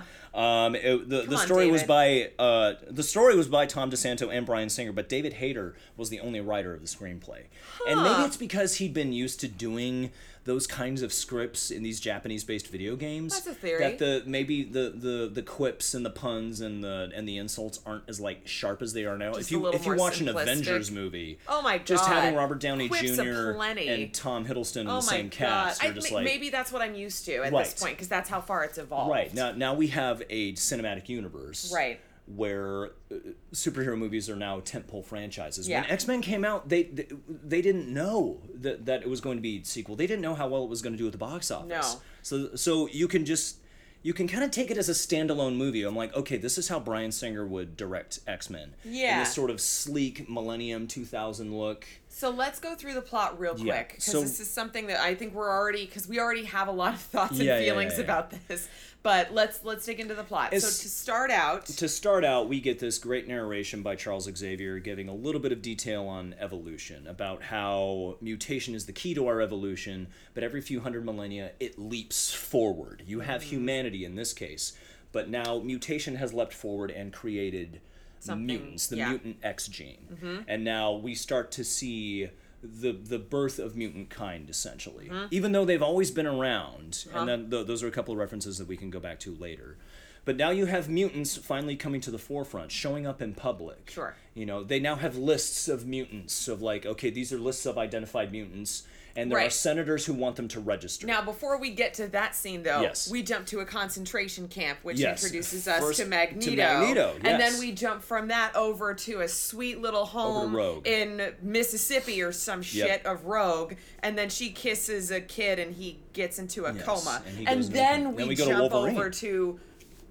Speaker 3: Um, it- the the
Speaker 2: on,
Speaker 3: story was by
Speaker 2: David.
Speaker 3: uh, the story was by Tom DeSanto and Brian Singer, but David Hayter was the only writer of the screenplay. And maybe it's because he'd been used to doing those kinds of scripts in these Japanese-based video games.
Speaker 2: That's a theory.
Speaker 3: That the maybe the, the the quips and the puns and the and the insults aren't as like sharp as they are now. if
Speaker 2: a
Speaker 3: you
Speaker 2: little
Speaker 3: if you
Speaker 2: more
Speaker 3: watch an
Speaker 2: simplistic.
Speaker 3: Avengers movie,
Speaker 2: Oh my
Speaker 3: just having
Speaker 2: God.
Speaker 3: Robert Downey
Speaker 2: Quips
Speaker 3: Jr.
Speaker 2: aplenty.
Speaker 3: and Tom Hiddleston in
Speaker 2: Oh
Speaker 3: the
Speaker 2: my
Speaker 3: same
Speaker 2: god!
Speaker 3: cast,
Speaker 2: I
Speaker 3: you're just
Speaker 2: ma-
Speaker 3: like
Speaker 2: maybe that's what I'm used to at
Speaker 3: Right.
Speaker 2: this point because that's how far it's evolved.
Speaker 3: Right now, now we have a cinematic universe.
Speaker 2: Right.
Speaker 3: Where uh, superhero movies are now tentpole franchises.
Speaker 2: Yeah.
Speaker 3: When X Men came out, they, they they didn't know that that it was going to be sequel. They didn't know how well it was going to do at the box office.
Speaker 2: No.
Speaker 3: So so you can just you can kind of take it as a standalone movie. I'm like, okay, this is how Brian Singer would direct X Men.
Speaker 2: Yeah.
Speaker 3: In this sort of sleek Millennium 2000 look.
Speaker 2: So let's go through the plot real
Speaker 3: Yeah,
Speaker 2: quick because
Speaker 3: so-
Speaker 2: this is something that I think we're already because we already have a lot of thoughts and
Speaker 3: Yeah, yeah,
Speaker 2: feelings
Speaker 3: yeah, yeah.
Speaker 2: about this. But let's let's dig into the plot.
Speaker 3: It's-
Speaker 2: so to start out,
Speaker 3: To start out, we get this great narration by Charles Xavier giving a little bit of detail on evolution, about how mutation is the key to our evolution, but every few hundred millennia it leaps forward. You have
Speaker 2: Mm-hmm.
Speaker 3: humanity in this case, but now mutation has leapt forward and created
Speaker 2: Something,
Speaker 3: mutants, the
Speaker 2: yeah.
Speaker 3: mutant X gene. And now we start to see the the birth of mutant kind essentially
Speaker 2: Mm-hmm.
Speaker 3: even though they've always been around
Speaker 2: Uh-huh.
Speaker 3: and then th- those are a couple of references that we can go back to later but now you have mutants finally coming to the forefront showing up in public
Speaker 2: Sure.
Speaker 3: you know they now have lists of mutants of like okay these are lists of identified mutants and there are
Speaker 2: Right.
Speaker 3: senators who want them to register
Speaker 2: now before we get to that scene though,
Speaker 3: Yes.
Speaker 2: we jump to a concentration camp, which
Speaker 3: Yes.
Speaker 2: introduces us
Speaker 3: First-
Speaker 2: to
Speaker 3: to
Speaker 2: Magneto,
Speaker 3: Magneto,
Speaker 2: and
Speaker 3: yes.
Speaker 2: then we jump from that over to a sweet little home
Speaker 3: Rogue.
Speaker 2: in Mississippi or some shit of Rogue, and then she kisses a kid and he gets into a
Speaker 3: Yes,
Speaker 2: coma,
Speaker 3: and he
Speaker 2: and,
Speaker 3: goes into a
Speaker 2: then,
Speaker 3: coma.
Speaker 2: we
Speaker 3: Then we go to
Speaker 2: jump
Speaker 3: Wolverine.
Speaker 2: over to.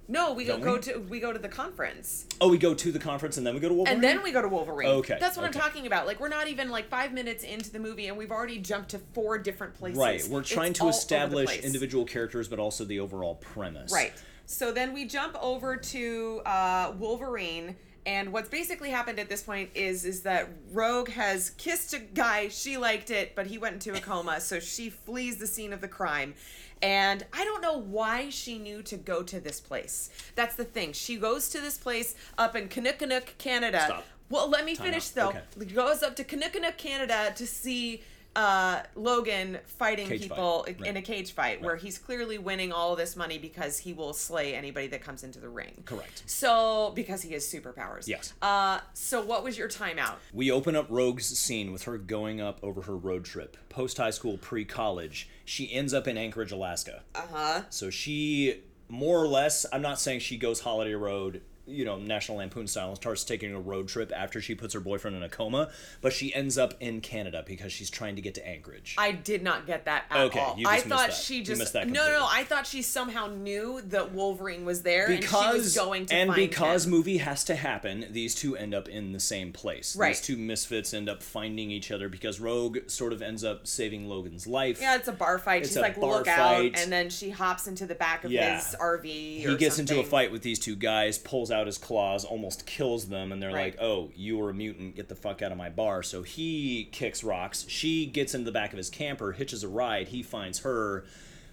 Speaker 2: No, we go,
Speaker 3: Don't
Speaker 2: go
Speaker 3: we?
Speaker 2: to we go to the conference.
Speaker 3: oh we go to the conference and then we go to Wolverine?
Speaker 2: And then we go to Wolverine.
Speaker 3: Okay,
Speaker 2: That's what I'm
Speaker 3: okay.
Speaker 2: talking about. Like we're not even like five minutes into the movie and we've already jumped to four different places.
Speaker 3: right we're
Speaker 2: It's
Speaker 3: trying
Speaker 2: all
Speaker 3: to
Speaker 2: over the
Speaker 3: establish
Speaker 2: place.
Speaker 3: individual characters but also the overall premise
Speaker 2: Right. So then we jump over to uh, Wolverine, and what's basically happened at this point is is that Rogue has kissed a guy. She liked it, but he went into a coma, so she flees the scene of the crime. And I don't know why she knew to go to this place. That's the thing. She goes to this place up in Canuckanook, Canada.
Speaker 3: Stop.
Speaker 2: Well, let me finish
Speaker 3: out.
Speaker 2: though.
Speaker 3: Okay.
Speaker 2: Goes up to Canuckanook, Canada, to see uh, Logan fighting
Speaker 3: Cage
Speaker 2: people
Speaker 3: fight.
Speaker 2: in a
Speaker 3: Right.
Speaker 2: cage fight where he's clearly winning all this money because he will slay anybody that comes into the ring.
Speaker 3: Correct.
Speaker 2: So because he has superpowers.
Speaker 3: Yes.
Speaker 2: Uh so what was your timeout?
Speaker 3: We open up Rogue's scene with her going up over her road trip, post high school, pre college. She ends up in Anchorage, Alaska. Uh huh.
Speaker 2: Uh-huh.
Speaker 3: So she, more or less, I'm not saying she goes holiday road, you know, National Lampoon style, and starts taking a road trip after she puts her boyfriend in a coma, but she ends up in Canada because she's trying to get to Anchorage.
Speaker 2: I did not get that at
Speaker 3: Okay,
Speaker 2: all.
Speaker 3: you just
Speaker 2: I
Speaker 3: missed
Speaker 2: thought
Speaker 3: that.
Speaker 2: she
Speaker 3: You
Speaker 2: just
Speaker 3: missed that
Speaker 2: no, no, no.
Speaker 3: completely.
Speaker 2: I thought she somehow knew that Wolverine was there and she was
Speaker 3: because
Speaker 2: going to
Speaker 3: and
Speaker 2: find
Speaker 3: because
Speaker 2: him.
Speaker 3: movie has to happen, these two end up in the same place.
Speaker 2: Right.
Speaker 3: These two misfits end up finding each other because Rogue sort of ends up saving Logan's life.
Speaker 2: yeah, it's a bar fight.
Speaker 3: It's
Speaker 2: She's
Speaker 3: a
Speaker 2: like,
Speaker 3: bar
Speaker 2: look
Speaker 3: fight.
Speaker 2: out, and then she hops into the back of
Speaker 3: Yeah.
Speaker 2: his RV. He
Speaker 3: he gets into a fight with these two guys, pulls out his claws, almost kills them, and they're
Speaker 2: Right.
Speaker 3: like, "Oh, you were a mutant. Get the fuck out of my bar." So he kicks rocks. She gets into the back of his camper, hitches a ride. He finds her.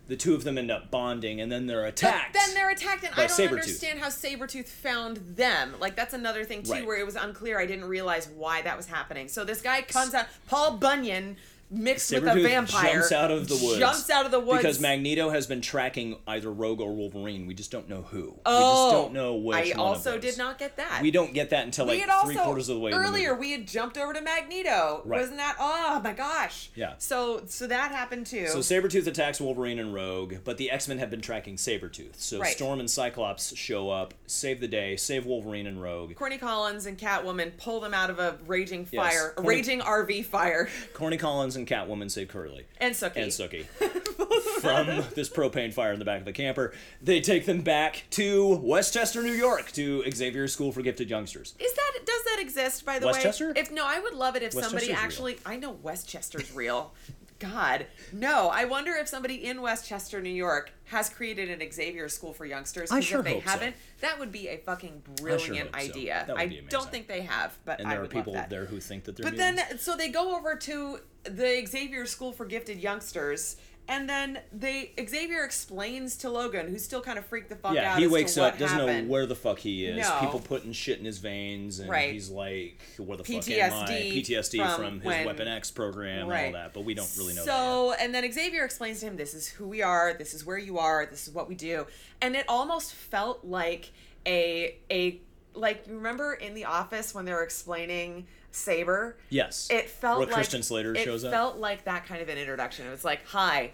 Speaker 3: The two of them end up bonding, and then they're attacked.
Speaker 2: Then they're attacked, and
Speaker 3: by
Speaker 2: I don't
Speaker 3: Sabretooth.
Speaker 2: understand how Sabretooth found them. Like, that's another thing, too,
Speaker 3: Right.
Speaker 2: where it was unclear. I didn't realize why that was happening. So this guy comes out, Paul Bunyan mixed with a
Speaker 3: Sabretooth
Speaker 2: vampire.
Speaker 3: jumps out of the woods.
Speaker 2: Jumps out of the woods.
Speaker 3: because Magneto has been tracking either Rogue or Wolverine. We just don't know who.
Speaker 2: Oh,
Speaker 3: we just don't know which.
Speaker 2: I
Speaker 3: one
Speaker 2: also
Speaker 3: of those.
Speaker 2: did not get that.
Speaker 3: We don't get that until
Speaker 2: We
Speaker 3: like
Speaker 2: had
Speaker 3: three
Speaker 2: also-
Speaker 3: quarters of the way in the
Speaker 2: earlier.
Speaker 3: movie.
Speaker 2: we had jumped over to Magneto.
Speaker 3: Right.
Speaker 2: Wasn't that? Oh my gosh.
Speaker 3: Yeah.
Speaker 2: So so that happened too.
Speaker 3: So Sabretooth attacks Wolverine and Rogue, but the X-Men have been tracking Sabretooth. So
Speaker 2: Right.
Speaker 3: Storm and Cyclops show up, save the day, save Wolverine and Rogue.
Speaker 2: Courtney Collins and Catwoman pull them out of a raging
Speaker 3: Yes,
Speaker 2: fire, a
Speaker 3: Courtney-
Speaker 2: raging RV fire,
Speaker 3: Corny Collins and Catwoman save Curly.
Speaker 2: and Sookie.
Speaker 3: And Sookie. From this propane fire in the back of the camper. They take them back to Westchester, New York, to Xavier's School for Gifted Youngsters.
Speaker 2: Is that does that exist by the
Speaker 3: Westchester?
Speaker 2: way? If no, I would love it if
Speaker 3: Westchester's
Speaker 2: somebody
Speaker 3: real.
Speaker 2: actually I know Westchester's real. God, no. I wonder if somebody in Westchester, New York has created an Xavier School for youngsters 'cause
Speaker 3: I sure
Speaker 2: if they
Speaker 3: hope so.
Speaker 2: haven't, that would be a fucking
Speaker 3: hope
Speaker 2: brilliant
Speaker 3: so.
Speaker 2: idea.
Speaker 3: That would
Speaker 2: I
Speaker 3: be amazing.
Speaker 2: don't think they have, but
Speaker 3: And
Speaker 2: I
Speaker 3: there are
Speaker 2: would
Speaker 3: people
Speaker 2: love that.
Speaker 3: there who think that they're
Speaker 2: But
Speaker 3: mutants.
Speaker 2: then, so they go over to the Xavier School for Gifted Youngsters, and then they Xavier explains to Logan, who's still kind of freaked the fuck
Speaker 3: yeah,
Speaker 2: out.
Speaker 3: he
Speaker 2: as to
Speaker 3: wakes
Speaker 2: what
Speaker 3: up, doesn't
Speaker 2: happened.
Speaker 3: know where the fuck he is.
Speaker 2: No.
Speaker 3: People putting shit in his veins, and
Speaker 2: Right.
Speaker 3: he's like, "Where the fuck am I?"
Speaker 2: PTSD
Speaker 3: PTSD
Speaker 2: from
Speaker 3: from, his
Speaker 2: when-
Speaker 3: Weapon X program and all that, but we don't really know. that yet.
Speaker 2: So, and then Xavier explains to him, "This is who we are. This is where you are. This is what we do." And it almost felt like a a like you remember in the office when they were explaining Saber.
Speaker 3: Yes.
Speaker 2: It felt
Speaker 3: where
Speaker 2: like
Speaker 3: Christian Slater
Speaker 2: it
Speaker 3: shows up.
Speaker 2: felt like that kind of an introduction. It was like, "Hi,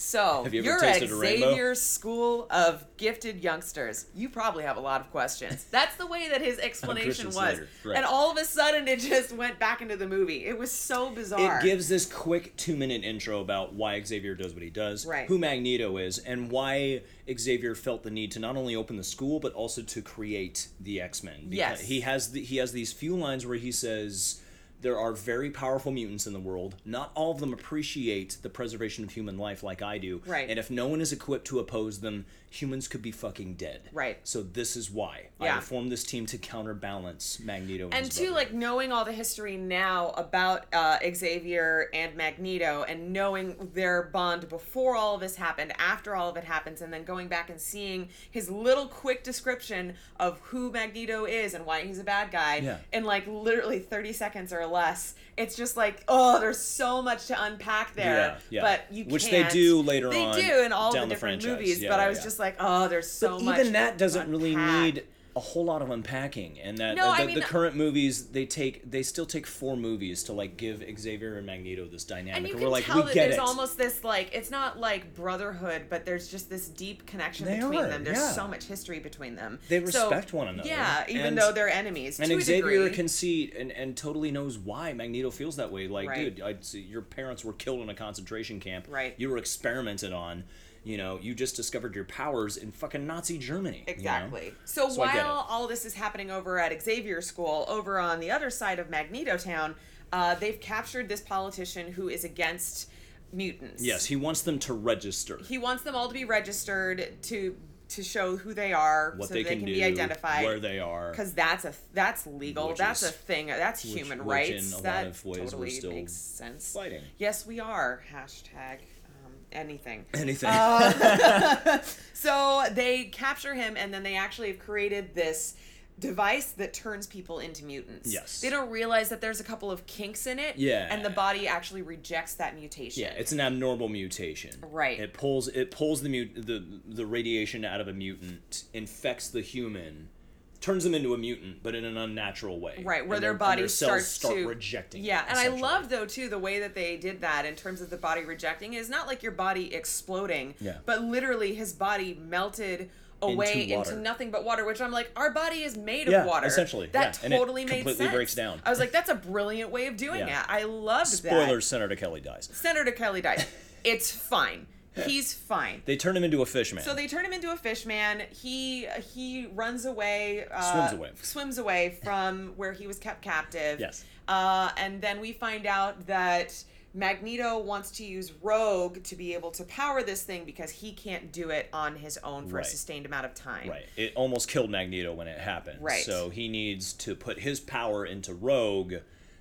Speaker 2: So
Speaker 3: Have you
Speaker 2: you
Speaker 3: ever
Speaker 2: are at
Speaker 3: tasted a rainbow?
Speaker 2: Xavier's School of Gifted Youngsters. You probably have a lot of questions. That's the way that his explanation
Speaker 3: Christian
Speaker 2: was,
Speaker 3: Slater, right.
Speaker 2: and all of a sudden it just went back into the movie. It was so bizarre.
Speaker 3: It gives this quick two minute intro about why Xavier does what he does,
Speaker 2: Right.
Speaker 3: who Magneto is, and why Xavier felt the need to not only open the school but also to create the X Men.
Speaker 2: Yes.
Speaker 3: he has the, he has these few lines where he says. There are very powerful mutants in the world. Not all of them appreciate the preservation of human life like I do.
Speaker 2: Right.
Speaker 3: And if no one is equipped to oppose them, humans could be fucking dead.
Speaker 2: Right.
Speaker 3: So this is why I
Speaker 2: Yeah.
Speaker 3: have formed this team to counterbalance Magneto. And,
Speaker 2: and
Speaker 3: his
Speaker 2: two,
Speaker 3: brother.
Speaker 2: like knowing all the history now about uh, Xavier and Magneto, and knowing their bond before all of this happened, after all of it happens, and then going back and seeing his little quick description of who Magneto is and why he's a bad guy
Speaker 3: Yeah.
Speaker 2: in like literally thirty seconds or less. It's just like, oh, there's so much to unpack there.
Speaker 3: Yeah, yeah.
Speaker 2: But you
Speaker 3: Which they
Speaker 2: can't.
Speaker 3: do later on
Speaker 2: They do in all
Speaker 3: down
Speaker 2: the
Speaker 3: the
Speaker 2: different
Speaker 3: franchise.
Speaker 2: movies.
Speaker 3: Yeah,
Speaker 2: but
Speaker 3: yeah,
Speaker 2: I was
Speaker 3: yeah.
Speaker 2: just like, oh, there's so
Speaker 3: but
Speaker 2: much.
Speaker 3: even that doesn't really
Speaker 2: unpack.
Speaker 3: need a whole lot of unpacking and that
Speaker 2: No,
Speaker 3: the,
Speaker 2: I
Speaker 3: the-
Speaker 2: mean- uh,
Speaker 3: the current movies they take they still take four movies to like give xavier and magneto this dynamic
Speaker 2: and you
Speaker 3: we're
Speaker 2: can
Speaker 3: like
Speaker 2: tell
Speaker 3: we
Speaker 2: that
Speaker 3: get
Speaker 2: there's
Speaker 3: it
Speaker 2: almost this like it's not like brotherhood, but there's just this deep connection
Speaker 3: They
Speaker 2: between
Speaker 3: are,
Speaker 2: them. There's
Speaker 3: yeah.
Speaker 2: so much history between them.
Speaker 3: They
Speaker 2: So,
Speaker 3: respect one another.
Speaker 2: Yeah, even
Speaker 3: And-
Speaker 2: though they're enemies.
Speaker 3: and
Speaker 2: to a
Speaker 3: xavier
Speaker 2: degree.
Speaker 3: can see and, and totally knows why magneto feels that way like
Speaker 2: Right.
Speaker 3: dude I, your parents were killed in a concentration camp
Speaker 2: Right.
Speaker 3: you were experimented on you know you just discovered your powers in fucking nazi germany you know?
Speaker 2: Exactly. So,
Speaker 3: So I get
Speaker 2: while
Speaker 3: it.
Speaker 2: all this is happening over at Xavier School, over on the other side of Magneto Town, uh, they've captured this politician who is against mutants.
Speaker 3: yes he wants them to register
Speaker 2: He wants them all to be registered to to show who they are,
Speaker 3: what
Speaker 2: so
Speaker 3: they,
Speaker 2: they
Speaker 3: can, do
Speaker 2: be identified.
Speaker 3: where they are
Speaker 2: because that's a that's legal.
Speaker 3: Which
Speaker 2: that's
Speaker 3: is-
Speaker 2: a thing. That's
Speaker 3: which-
Speaker 2: human
Speaker 3: which in
Speaker 2: rights.
Speaker 3: a lot
Speaker 2: that
Speaker 3: of ways we're
Speaker 2: totally
Speaker 3: still
Speaker 2: makes sense.
Speaker 3: fighting.
Speaker 2: Yes, we are. Hashtag um, anything.
Speaker 3: anything
Speaker 2: Oh, So they capture him, and then they actually have created this device that turns people into mutants.
Speaker 3: Yes.
Speaker 2: They don't realize that there's a couple of kinks in it.
Speaker 3: Yeah.
Speaker 2: And the body actually rejects that mutation.
Speaker 3: Yeah, it's an abnormal mutation.
Speaker 2: Right.
Speaker 3: It pulls it pulls the mut- the the radiation out of a mutant, infects the human, turns them into a mutant, but in an unnatural way.
Speaker 2: Right, where
Speaker 3: And
Speaker 2: their
Speaker 3: and
Speaker 2: body
Speaker 3: cells
Speaker 2: starts
Speaker 3: start
Speaker 2: to
Speaker 3: rejecting. it,
Speaker 2: Yeah, and I
Speaker 3: essentially.
Speaker 2: love though too the way that they did that in terms of the body rejecting is not like your body exploding,
Speaker 3: Yeah.
Speaker 2: but literally his body melted away
Speaker 3: Into
Speaker 2: into,
Speaker 3: water.
Speaker 2: nothing but water, which I'm like, our body is made
Speaker 3: Yeah,
Speaker 2: of water.
Speaker 3: essentially,
Speaker 2: that
Speaker 3: yeah, and it
Speaker 2: totally made
Speaker 3: completely
Speaker 2: sense.
Speaker 3: breaks down.
Speaker 2: I was like, that's a brilliant way of doing
Speaker 3: Yeah.
Speaker 2: that. I loved
Speaker 3: Spoilers: Senator Kelly dies.
Speaker 2: that. Senator Kelly dies. it's fine. He's fine.
Speaker 3: They turn him into a fishman.
Speaker 2: So they turn him into a fish man. He he runs away. Uh,
Speaker 3: Swims away.
Speaker 2: Swims away from where he was kept captive.
Speaker 3: Yes.
Speaker 2: Uh, and then we find out that Magneto wants to use Rogue to be able to power this thing because he can't do it on his own for
Speaker 3: Right.
Speaker 2: a sustained amount of time.
Speaker 3: Right. It almost killed Magneto when it happened.
Speaker 2: Right.
Speaker 3: So he needs to put his power into Rogue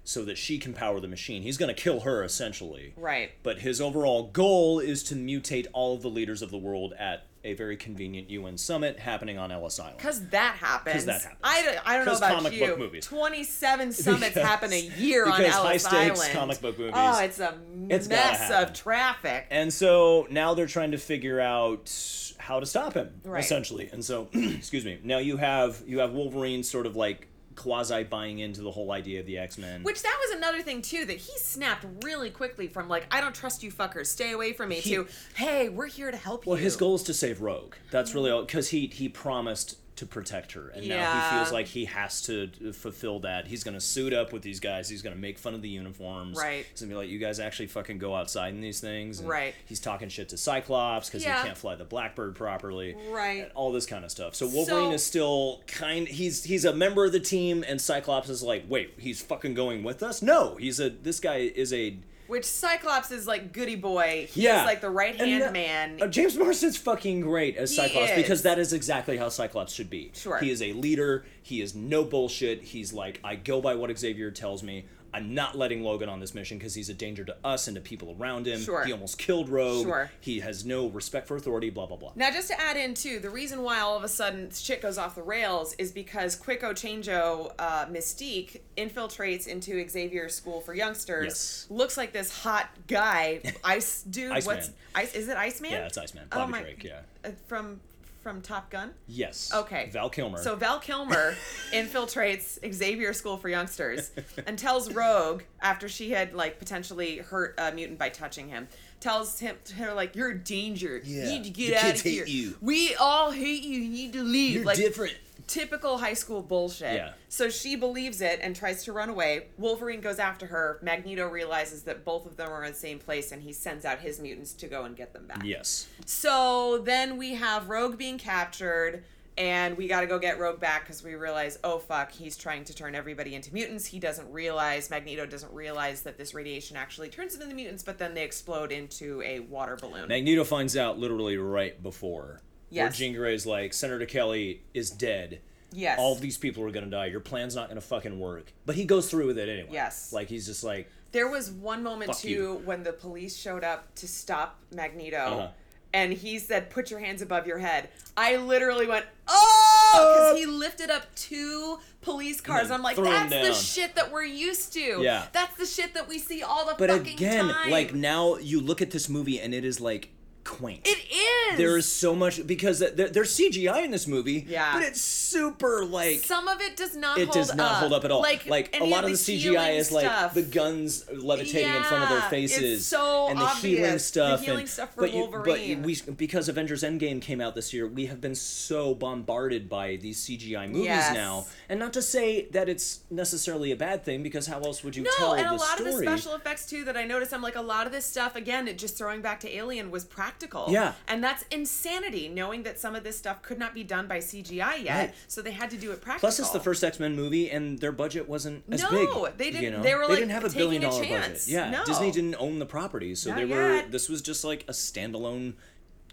Speaker 3: so that she can power the machine. He's going to kill her essentially.
Speaker 2: Right.
Speaker 3: But his overall goal is to mutate all of the leaders of the world at a very convenient UN summit happening on Ellis Island.
Speaker 2: Because that happens.
Speaker 3: 'Cause that happens.
Speaker 2: I, don't- I don't know
Speaker 3: 'Cause
Speaker 2: about
Speaker 3: comic
Speaker 2: you.
Speaker 3: book movies.
Speaker 2: Twenty-seven summits
Speaker 3: Because-
Speaker 2: happen a year on
Speaker 3: because
Speaker 2: Ellis
Speaker 3: high-stakes
Speaker 2: Island.
Speaker 3: comic book movies.
Speaker 2: Oh, it's a
Speaker 3: It's gotta
Speaker 2: mess
Speaker 3: happen.
Speaker 2: of traffic.
Speaker 3: And so now they're trying to figure out how to stop him,
Speaker 2: Right.
Speaker 3: essentially. And so, excuse me. Now you have you have Wolverine sort of like quasi buying into the whole idea of the X Men.
Speaker 2: Which that was another thing too that he snapped really quickly from like I don't trust you fuckers, stay away from me
Speaker 3: He-
Speaker 2: to hey we're here to help
Speaker 3: Well,
Speaker 2: you.
Speaker 3: his goal is to save Rogue. That's really all because he he promised to protect her, and now he
Speaker 2: Yeah.
Speaker 3: feels like he has to uh, fulfill that. He's gonna suit up with these guys. He's gonna make fun of the uniforms.
Speaker 2: Right.
Speaker 3: He's gonna be like, "You guys actually fucking go outside in these things." and
Speaker 2: Right.
Speaker 3: He's talking shit to Cyclops because
Speaker 2: Yeah.
Speaker 3: he can't fly the Blackbird properly.
Speaker 2: Right.
Speaker 3: And all this kind of stuff. So Wolverine is still kind. He's he's a member of the team, and Cyclops is like, "Wait, he's fucking going with us? No, he's a this guy is a."
Speaker 2: Which Cyclops is like goody boy. He's
Speaker 3: Yeah,
Speaker 2: like the right hand
Speaker 3: And that-
Speaker 2: man.
Speaker 3: uh, James Marsden's fucking great as
Speaker 2: He
Speaker 3: Cyclops
Speaker 2: is.
Speaker 3: because that is exactly how Cyclops should be.
Speaker 2: Sure.
Speaker 3: he is a leader. He is no bullshit. He's like, I go by what Xavier tells me. I'm not letting Logan on this mission because he's a danger to us and to people around him.
Speaker 2: Sure.
Speaker 3: He almost killed Rogue.
Speaker 2: Sure.
Speaker 3: He has no respect for authority. Blah blah blah.
Speaker 2: Now, just to add in too, the reason why all of a sudden shit goes off the rails is because Quico Chango uh, Mystique infiltrates into Xavier's school for youngsters.
Speaker 3: Yes.
Speaker 2: Looks like this hot guy, ice dude.
Speaker 3: Iceman.
Speaker 2: what's ice? Is it Iceman?
Speaker 3: Yeah, it's Iceman.
Speaker 2: Oh
Speaker 3: Bobby
Speaker 2: my-
Speaker 3: Drake. Yeah.
Speaker 2: uh, from from Top Gun?
Speaker 3: Yes.
Speaker 2: Okay.
Speaker 3: Val Kilmer.
Speaker 2: So Val Kilmer infiltrates Xavier School for Youngsters and tells Rogue after she had like potentially hurt a mutant by touching him. Tells him her like you're a danger.
Speaker 3: Yeah.
Speaker 2: You need to
Speaker 3: The
Speaker 2: get out
Speaker 3: kids
Speaker 2: of
Speaker 3: hate
Speaker 2: here.
Speaker 3: you."
Speaker 2: We all hate you. You need to leave.
Speaker 3: you're
Speaker 2: like
Speaker 3: different.
Speaker 2: typical high school bullshit.
Speaker 3: Yeah.
Speaker 2: So she believes it and tries to run away. Wolverine goes after her. Magneto realizes that both of them are in the same place and he sends out his mutants to go and get them back.
Speaker 3: Yes.
Speaker 2: So then we have Rogue being captured, and we got to go get Rogue back because we realize, oh fuck, he's trying to turn everybody into mutants. He doesn't realize, Magneto doesn't realize that this radiation actually turns them into mutants, but then they explode into a water balloon.
Speaker 3: Magneto finds out literally right before. Where
Speaker 2: Yes.
Speaker 3: Jean Grey's like, Senator Kelly is dead.
Speaker 2: yes.
Speaker 3: All of these people are gonna die. Your plan's not gonna fucking work. But he goes through with it anyway.
Speaker 2: Yes.
Speaker 3: Like he's just like,
Speaker 2: There was one moment
Speaker 3: Fuck
Speaker 2: too
Speaker 3: you.
Speaker 2: when the police showed up to stop Magneto,
Speaker 3: Uh-huh.
Speaker 2: and he said, "Put your hands above your head." I literally went, "Oh!"
Speaker 3: Uh.
Speaker 2: Because he lifted up two police cars.
Speaker 3: then
Speaker 2: I'm like,
Speaker 3: threw 'em
Speaker 2: "That's the
Speaker 3: down."
Speaker 2: shit that we're used to.
Speaker 3: Yeah.
Speaker 2: That's the shit that we see all the
Speaker 3: but
Speaker 2: fucking
Speaker 3: again,
Speaker 2: time."
Speaker 3: like now you look at this movie and it is like quaint.
Speaker 2: it is.
Speaker 3: there is so much because th- there, there's CGI in this movie.
Speaker 2: Yeah.
Speaker 3: But it's super like
Speaker 2: some of it does not.
Speaker 3: it
Speaker 2: hold
Speaker 3: does not
Speaker 2: up.
Speaker 3: hold up at all. Like,
Speaker 2: Like
Speaker 3: like a
Speaker 2: any
Speaker 3: lot of the, CGI
Speaker 2: healing
Speaker 3: is like
Speaker 2: stuff.
Speaker 3: the guns levitating in front of
Speaker 2: Yeah,
Speaker 3: their
Speaker 2: it's
Speaker 3: faces,
Speaker 2: so
Speaker 3: and the
Speaker 2: obvious,
Speaker 3: healing
Speaker 2: the
Speaker 3: stuff,
Speaker 2: healing
Speaker 3: and
Speaker 2: stuff for
Speaker 3: but you, but you-
Speaker 2: Wolverine.
Speaker 3: we because Avengers Endgame came out this year, we have been so bombarded by these CGI movies
Speaker 2: Yes.
Speaker 3: now, and not to say that it's necessarily a bad thing because how else would you
Speaker 2: No,
Speaker 3: tell
Speaker 2: and a
Speaker 3: this
Speaker 2: lot
Speaker 3: story?
Speaker 2: of the special effects too that I noticed. I'm like, a lot of this stuff again, it just throwing back to Alien was practical.
Speaker 3: Yeah.
Speaker 2: and that's insanity. Knowing that some of this stuff could not be done by CGI yet,
Speaker 3: Right.
Speaker 2: so they had to do it practical.
Speaker 3: Plus, it's the first X Men movie, and their budget wasn't as
Speaker 2: Oh. No,
Speaker 3: big.
Speaker 2: they
Speaker 3: you
Speaker 2: didn't-
Speaker 3: know?
Speaker 2: they were, like,
Speaker 3: didn't have a
Speaker 2: taking
Speaker 3: billion
Speaker 2: a
Speaker 3: dollar budget.
Speaker 2: chance.
Speaker 3: Yeah,
Speaker 2: No.
Speaker 3: Disney didn't own the property, so
Speaker 2: Not
Speaker 3: they were.
Speaker 2: yet.
Speaker 3: This was just like a standalone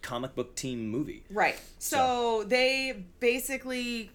Speaker 3: comic book team movie.
Speaker 2: right. So, they basically,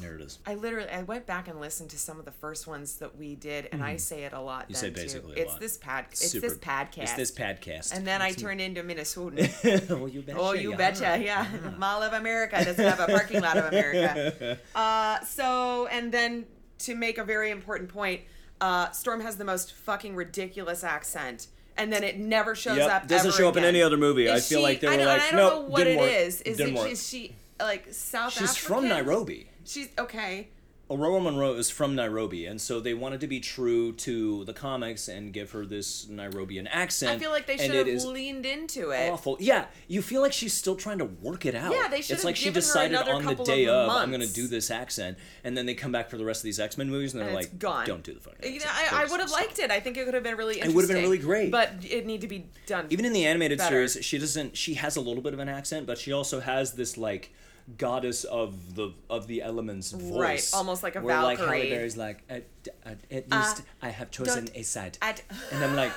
Speaker 3: There it is.
Speaker 2: I literally, I went back and listened to some of the first ones that we did, and I say it a lot.
Speaker 3: Mm-hmm. You
Speaker 2: then,
Speaker 3: say
Speaker 2: too.
Speaker 3: basically a
Speaker 2: It's
Speaker 3: lot.
Speaker 2: this pad. It's this podcast.
Speaker 3: It's this podcast.
Speaker 2: And then I
Speaker 3: It's-
Speaker 2: turned into Minnesotan.
Speaker 3: oh, you Uh-huh. betcha.
Speaker 2: Oh, you betcha. Yeah. Mall of America doesn't have a parking lot of America. Uh, so, and then to make a very important point, uh, Storm has the most fucking ridiculous accent. And then it never shows
Speaker 3: Yep,
Speaker 2: up.
Speaker 3: doesn't
Speaker 2: ever
Speaker 3: show up in
Speaker 2: again.
Speaker 3: any other movie.
Speaker 2: Is
Speaker 3: I feel
Speaker 2: she-
Speaker 3: like they were
Speaker 2: I don't,
Speaker 3: like,
Speaker 2: I don't
Speaker 3: "Nope,
Speaker 2: know what
Speaker 3: didn't
Speaker 2: it
Speaker 3: work,
Speaker 2: is. Is
Speaker 3: didn't
Speaker 2: it,
Speaker 3: work."
Speaker 2: is she like South
Speaker 3: She's from
Speaker 2: African?
Speaker 3: Nairobi.
Speaker 2: She's okay.
Speaker 3: Aurora Monroe is from Nairobi, and so they wanted to be true to the comics and give her this Nairobian accent.
Speaker 2: I feel like they
Speaker 3: and
Speaker 2: should
Speaker 3: it
Speaker 2: have
Speaker 3: is
Speaker 2: leaned into it.
Speaker 3: awful. Yeah, you feel like she's still trying to work it out.
Speaker 2: Yeah, they should
Speaker 3: It's
Speaker 2: have
Speaker 3: like she
Speaker 2: given her
Speaker 3: decided
Speaker 2: another
Speaker 3: on the
Speaker 2: couple
Speaker 3: day
Speaker 2: of
Speaker 3: of, I'm going
Speaker 2: months."
Speaker 3: to do this accent, and then they come back for the rest of these X Men movies, and they're
Speaker 2: And
Speaker 3: like,
Speaker 2: it's gone.
Speaker 3: Don't do the fucking.
Speaker 2: You know,
Speaker 3: accent.
Speaker 2: I, I
Speaker 3: Don't
Speaker 2: would have
Speaker 3: stop."
Speaker 2: liked it. I think it would have been really
Speaker 3: It
Speaker 2: interesting.
Speaker 3: would have been really great.
Speaker 2: But it need to be done.
Speaker 3: even in the animated
Speaker 2: better.
Speaker 3: series she doesn't she has a little bit of an accent but she also has this like goddess of the of the elements voice
Speaker 2: Right, almost like a
Speaker 3: where like Halle
Speaker 2: Valkyrie. Uh,
Speaker 3: Berry's like at, at, at least I have chosen
Speaker 2: don't-
Speaker 3: a side
Speaker 2: I'd-
Speaker 3: and I'm like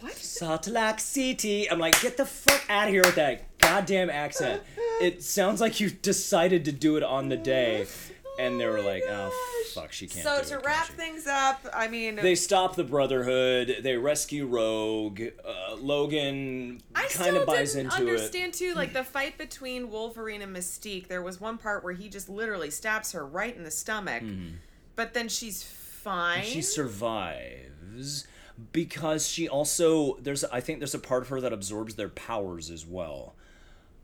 Speaker 2: what?
Speaker 3: Salt Lake City I'm like get the fuck out of here with that goddamn accent it sounds like you decided to do it on the day and they were like oh fuck she can't
Speaker 2: So
Speaker 3: do
Speaker 2: to
Speaker 3: it, can
Speaker 2: wrap
Speaker 3: she?"
Speaker 2: things up, I mean,
Speaker 3: they stop the Brotherhood. They rescue Rogue. Uh, Logan
Speaker 2: I
Speaker 3: kind
Speaker 2: still
Speaker 3: of buys
Speaker 2: didn't
Speaker 3: into it.
Speaker 2: understand too, like the fight between Wolverine and Mystique. There was one part where he just literally stabs her right in the stomach,
Speaker 3: Mm-hmm.
Speaker 2: but then she's fine.
Speaker 3: She survives because she also there's I think there's a part of her that absorbs their powers as well.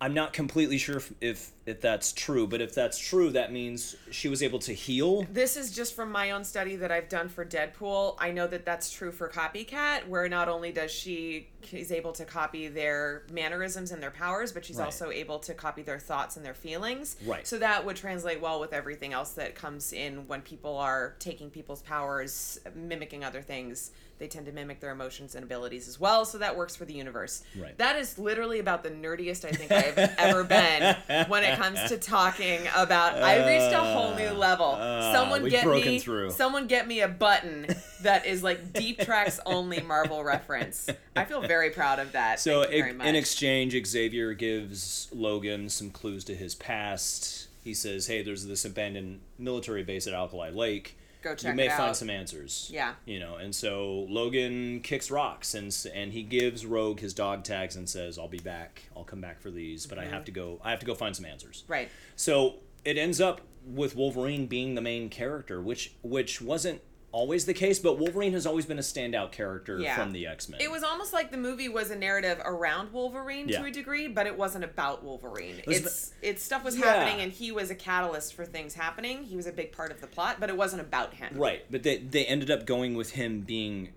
Speaker 3: I'm not completely sure if if, if that's true, but if that's true, that means she was able to heal.
Speaker 2: this is just from my own study that I've done for Deadpool. I know that that's true for Copycat, where not only does she is able to copy their mannerisms and their powers, but she's
Speaker 3: Right.
Speaker 2: also able to copy their thoughts and their feelings.
Speaker 3: Right.
Speaker 2: So that would translate well with everything else that comes in when people are taking people's powers, mimicking other things. They tend to mimic their emotions and abilities as well, so that works for the universe.
Speaker 3: Right.
Speaker 2: That is literally about the nerdiest I think I've ever been when it comes to talking about. I reached a whole new level.
Speaker 3: Ah,
Speaker 2: someone
Speaker 3: we've
Speaker 2: get
Speaker 3: broken
Speaker 2: me
Speaker 3: through.
Speaker 2: someone get me a button that is like deep tracks only Marvel reference. I feel very proud of that.
Speaker 3: So
Speaker 2: Thank you
Speaker 3: e-
Speaker 2: very much.
Speaker 3: in exchange, Xavier gives Logan some clues to his past. He says, "Hey, there's this abandoned military base at Alkali Lake.
Speaker 2: Go check
Speaker 3: You may
Speaker 2: it
Speaker 3: find
Speaker 2: out."
Speaker 3: some answers."
Speaker 2: Yeah.
Speaker 3: You know, and so Logan kicks rocks and s- and he gives Rogue his dog tags and says, "I'll be back. I'll come back for these, but I have to go. I have to go find some answers."
Speaker 2: Mm-hmm. right.
Speaker 3: So it ends up with Wolverine being the main character, which which wasn't always the case, but Wolverine has always been a standout character
Speaker 2: Yeah.
Speaker 3: from the X Men.
Speaker 2: It was almost like the movie was a narrative around Wolverine
Speaker 3: Yeah.
Speaker 2: to a degree, but it wasn't about Wolverine.
Speaker 3: was
Speaker 2: it's it's stuff was
Speaker 3: Yeah.
Speaker 2: happening, and he was a catalyst for things happening. He was a big part of the plot, but it wasn't about him.
Speaker 3: right, but they they ended up going with him being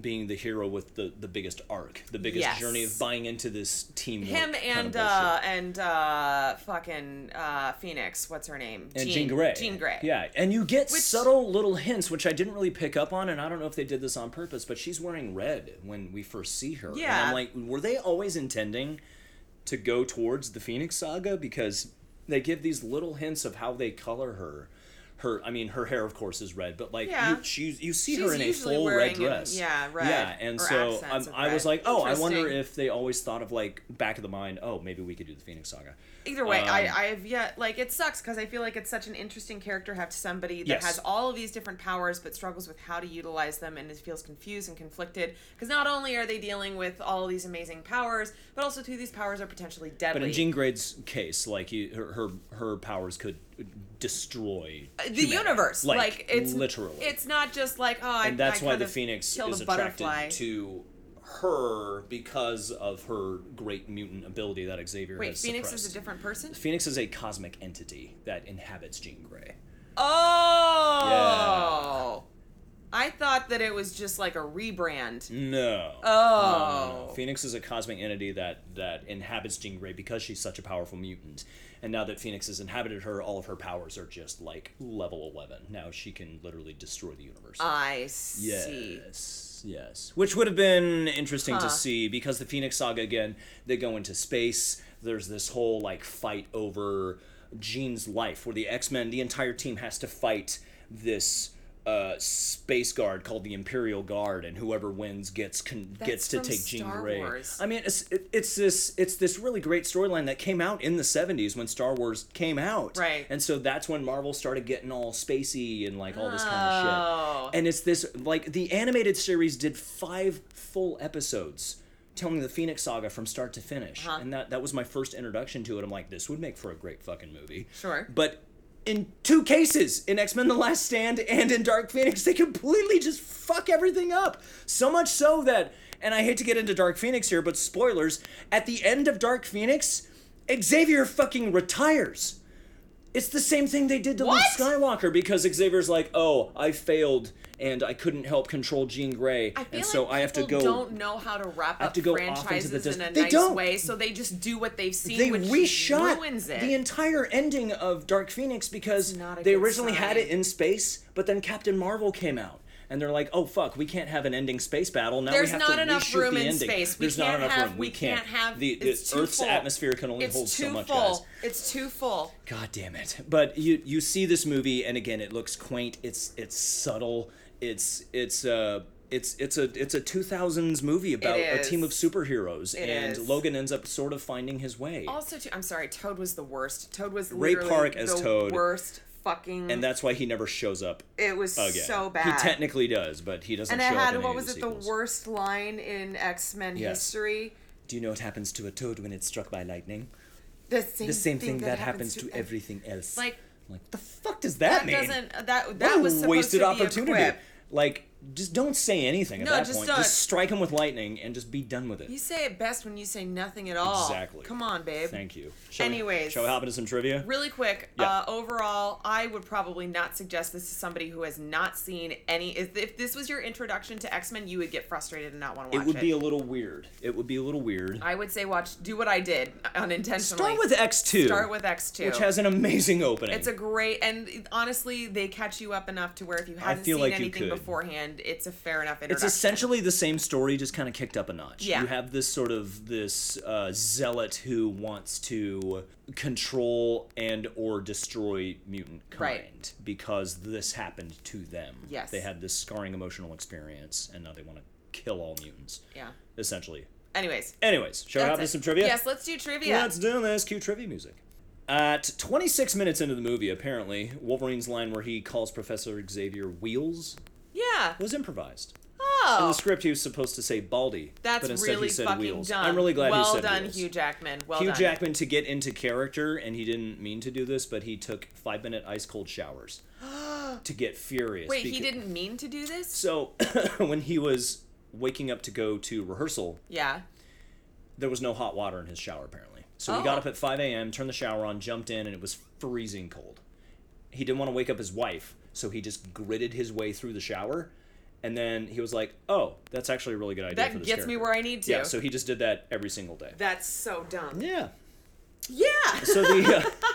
Speaker 3: being the hero with the the biggest arc, the biggest
Speaker 2: Yes.
Speaker 3: journey of buying into this team.
Speaker 2: Him and uh and uh fucking uh Phoenix, what's her name?
Speaker 3: and Jean, Grey.
Speaker 2: Jean Grey.
Speaker 3: Yeah, and you get
Speaker 2: Which-
Speaker 3: subtle little hints, which I didn't really pick up on, and I don't know if they did this on purpose, but she's wearing red when we first see her. And
Speaker 2: Yeah.
Speaker 3: I'm like, were they always intending to go towards the Phoenix Saga? Because they give these little hints of how they color her. Her, I mean, her hair, of course, is red, but like
Speaker 2: Yeah.
Speaker 3: you, she's, you see
Speaker 2: She's
Speaker 3: her in a
Speaker 2: usually
Speaker 3: full
Speaker 2: wearing
Speaker 3: red
Speaker 2: an-
Speaker 3: dress.
Speaker 2: yeah, red,
Speaker 3: Yeah, and
Speaker 2: or
Speaker 3: so
Speaker 2: accents
Speaker 3: um,
Speaker 2: of
Speaker 3: I was
Speaker 2: red.
Speaker 3: like, oh, I wonder
Speaker 2: Interesting.
Speaker 3: if they always thought of like back of the mind. Oh, maybe we could do the Phoenix Saga.
Speaker 2: Either way,
Speaker 3: Um,
Speaker 2: I, I have yet like it sucks because I feel like it's such an interesting character to have somebody that
Speaker 3: Yes.
Speaker 2: has all of these different powers but struggles with how to utilize them and is, feels confused and conflicted because not only are they dealing with all these amazing powers, but also two of these powers are potentially deadly.
Speaker 3: But in Jean Grade's case, like you, her, her her powers could destroy
Speaker 2: the
Speaker 3: humanity.
Speaker 2: universe, like, it's
Speaker 3: literally,
Speaker 2: it's not just like oh, I,
Speaker 3: and that's
Speaker 2: I
Speaker 3: why the
Speaker 2: could've
Speaker 3: Phoenix
Speaker 2: killed
Speaker 3: is
Speaker 2: a
Speaker 3: attracted
Speaker 2: butterfly.
Speaker 3: to her because of her great mutant ability that Xavier
Speaker 2: Wait,
Speaker 3: has
Speaker 2: Phoenix
Speaker 3: suppressed.
Speaker 2: is a different person.
Speaker 3: Phoenix is a cosmic entity that inhabits Jean Grey.
Speaker 2: Oh, I thought that it was just like a rebrand.
Speaker 3: Mm. No.
Speaker 2: Oh,
Speaker 3: Phoenix is a cosmic entity that that inhabits Jean Grey because she's such a powerful mutant. And now that Phoenix has inhabited her, all of her powers are just like level eleven. Now she can literally destroy the
Speaker 2: Oh.
Speaker 3: universe.
Speaker 2: I see.
Speaker 3: Yes. Yes. Which would have been interesting to see because the Phoenix Saga again, they go into space. There's this whole like fight over Jean's life where the X-Men, the entire team has to fight this uh, space guard called the Imperial Guard, and whoever wins gets con- gets to
Speaker 2: from
Speaker 3: take Jean
Speaker 2: Star
Speaker 3: Grey.
Speaker 2: Wars.
Speaker 3: I mean, it's it, it's this it's this really great storyline that came out in the '70s when Star Wars came out,
Speaker 2: Right.
Speaker 3: And so that's when Marvel started getting all spacey and like all this kind of shit
Speaker 2: Oh.
Speaker 3: and it's this like the animated series did five full episodes telling the phoenix saga from start to finish
Speaker 2: Uh-huh.
Speaker 3: and that that was my first introduction to it i'm like this would make for a great fucking movie
Speaker 2: Sure.
Speaker 3: but in two cases in x-men the last stand and in dark phoenix they completely just fuck everything up so much so that and i hate to get into dark phoenix here but spoilers at the end of dark phoenix xavier fucking retires it's the same thing they did to
Speaker 2: What?
Speaker 3: Luke Skywalker because Xavier's like, "Oh, I failed and I couldn't help control Jean Grey,
Speaker 2: I feel
Speaker 3: and
Speaker 2: like
Speaker 3: so I have to
Speaker 2: people
Speaker 3: go."
Speaker 2: Don't know how to wrap up
Speaker 3: to go off into the
Speaker 2: franchises
Speaker 3: dis-
Speaker 2: in a
Speaker 3: They
Speaker 2: nice
Speaker 3: don't.
Speaker 2: way, so they just do what they've seen,
Speaker 3: they
Speaker 2: which
Speaker 3: reshot
Speaker 2: ruins it.
Speaker 3: the entire ending of Dark Phoenix because
Speaker 2: not a
Speaker 3: they
Speaker 2: good
Speaker 3: originally had
Speaker 2: sign.
Speaker 3: it in space, but then Captain Marvel came out. And they're like, oh fuck, we can't have an ending space battle. Now
Speaker 2: There's
Speaker 3: we have
Speaker 2: not
Speaker 3: to
Speaker 2: enough
Speaker 3: reshoot
Speaker 2: room
Speaker 3: the
Speaker 2: in
Speaker 3: ending.
Speaker 2: space. We
Speaker 3: There's
Speaker 2: can't
Speaker 3: not enough
Speaker 2: have-
Speaker 3: room.
Speaker 2: we can't have-
Speaker 3: the, the
Speaker 2: it's too
Speaker 3: Earth's
Speaker 2: full.
Speaker 3: atmosphere can only
Speaker 2: it's
Speaker 3: hold
Speaker 2: too
Speaker 3: so much,
Speaker 2: full.
Speaker 3: guys.
Speaker 2: It's too full.
Speaker 3: God damn it! But you you see this movie, and again, it looks quaint. It's it's subtle. It's it's uh it's it's a it's a two thousands movie about a
Speaker 2: is.
Speaker 3: team of superheroes, and
Speaker 2: is.
Speaker 3: Logan ends up sort of finding his way.
Speaker 2: Also, too, I'm sorry. Toad was the worst. Toad was
Speaker 3: Ray
Speaker 2: literally
Speaker 3: Park as
Speaker 2: the
Speaker 3: Toad.
Speaker 2: worst fucking.
Speaker 3: and that's why he never shows up
Speaker 2: it was
Speaker 3: again.
Speaker 2: so bad.
Speaker 3: He technically does, but he doesn't
Speaker 2: and it
Speaker 3: show up
Speaker 2: had
Speaker 3: in
Speaker 2: what
Speaker 3: any
Speaker 2: was
Speaker 3: of
Speaker 2: it?
Speaker 3: the
Speaker 2: The
Speaker 3: sequels.
Speaker 2: worst line in X Men
Speaker 3: Yes.
Speaker 2: history.
Speaker 3: Do you know what happens to a toad when it's struck by lightning?
Speaker 2: The same,
Speaker 3: The same thing, that, happens, to
Speaker 2: ev-
Speaker 3: everything else.
Speaker 2: Like-
Speaker 3: like the fuck does that,
Speaker 2: That
Speaker 3: mean?
Speaker 2: doesn't. That
Speaker 3: What
Speaker 2: that
Speaker 3: a
Speaker 2: was supposed
Speaker 3: wasted
Speaker 2: to be a
Speaker 3: opportunity.
Speaker 2: quip.
Speaker 3: Like, just don't say anything at
Speaker 2: No,
Speaker 3: that
Speaker 2: just
Speaker 3: point.
Speaker 2: don't.
Speaker 3: Just strike him with lightning and just be done with it.
Speaker 2: You say it best when you say nothing at all.
Speaker 3: Exactly.
Speaker 2: Come on, babe.
Speaker 3: Thank you. Shall we,
Speaker 2: Anyways.
Speaker 3: shall we hop into some trivia?
Speaker 2: Really quick,
Speaker 3: Yeah.
Speaker 2: uh, overall, I would probably not suggest this to somebody who has not seen any. If, if this was your introduction to X Men, you would get frustrated and not want to watch
Speaker 3: It
Speaker 2: it.
Speaker 3: would be a little weird. It would be a little weird.
Speaker 2: I would say watch. Do what I did unintentionally.
Speaker 3: Start with X two.
Speaker 2: Start with X two.
Speaker 3: which has an amazing opening.
Speaker 2: It's a great and honestly, they catch you up enough to where if you hadn't
Speaker 3: feel
Speaker 2: seen
Speaker 3: like you
Speaker 2: anything
Speaker 3: could.
Speaker 2: beforehand, it's a fair enough
Speaker 3: It's
Speaker 2: introduction.
Speaker 3: essentially the same story, just kind of kicked up a notch.
Speaker 2: Yeah.
Speaker 3: You have this sort of this uh, zealot who wants to control and or destroy mutant kind
Speaker 2: Right.
Speaker 3: because this happened to them.
Speaker 2: Yes.
Speaker 3: They had this scarring emotional experience, and now they want to kill all mutants.
Speaker 2: Yeah.
Speaker 3: Essentially.
Speaker 2: Anyways,
Speaker 3: Anyways, shall we
Speaker 2: that's
Speaker 3: hop into
Speaker 2: it.
Speaker 3: some trivia?
Speaker 2: Yes, let's do trivia.
Speaker 3: Let's do this. Cue trivia music. At 26 minutes into the movie, apparently, Wolverine's line where he calls Professor Xavier Wheels
Speaker 2: yeah.
Speaker 3: was improvised. In
Speaker 2: Oh,
Speaker 3: the script, he was supposed to say Baldy,
Speaker 2: that's
Speaker 3: but instead
Speaker 2: really
Speaker 3: he said
Speaker 2: fucking
Speaker 3: wheels.
Speaker 2: dumb.
Speaker 3: I'm really glad
Speaker 2: well
Speaker 3: he said
Speaker 2: done,
Speaker 3: wheels.
Speaker 2: Hugh Jackman. Well
Speaker 3: Hugh
Speaker 2: done.
Speaker 3: Jackman to get into character, and he didn't mean to do this, but he took five minute ice cold showers. to get furious.
Speaker 2: Wait, he
Speaker 3: beca-
Speaker 2: didn't mean to do this?
Speaker 3: So when he was waking up to go to rehearsal,
Speaker 2: Yeah.
Speaker 3: there was no hot water in his shower apparently. So he got
Speaker 2: Oh.
Speaker 3: up at 5 a.m., turned the shower on, jumped in, and it was freezing cold. He didn't want to wake up his wife, so he just gritted his way through the shower. And then he was like, "Oh, that's actually a really good idea."
Speaker 2: That
Speaker 3: for this
Speaker 2: gets me
Speaker 3: character."
Speaker 2: where I need to.
Speaker 3: Yeah, so he just did that every single day.
Speaker 2: That's so dumb.
Speaker 3: Yeah.
Speaker 2: Yeah.
Speaker 3: So the, uh,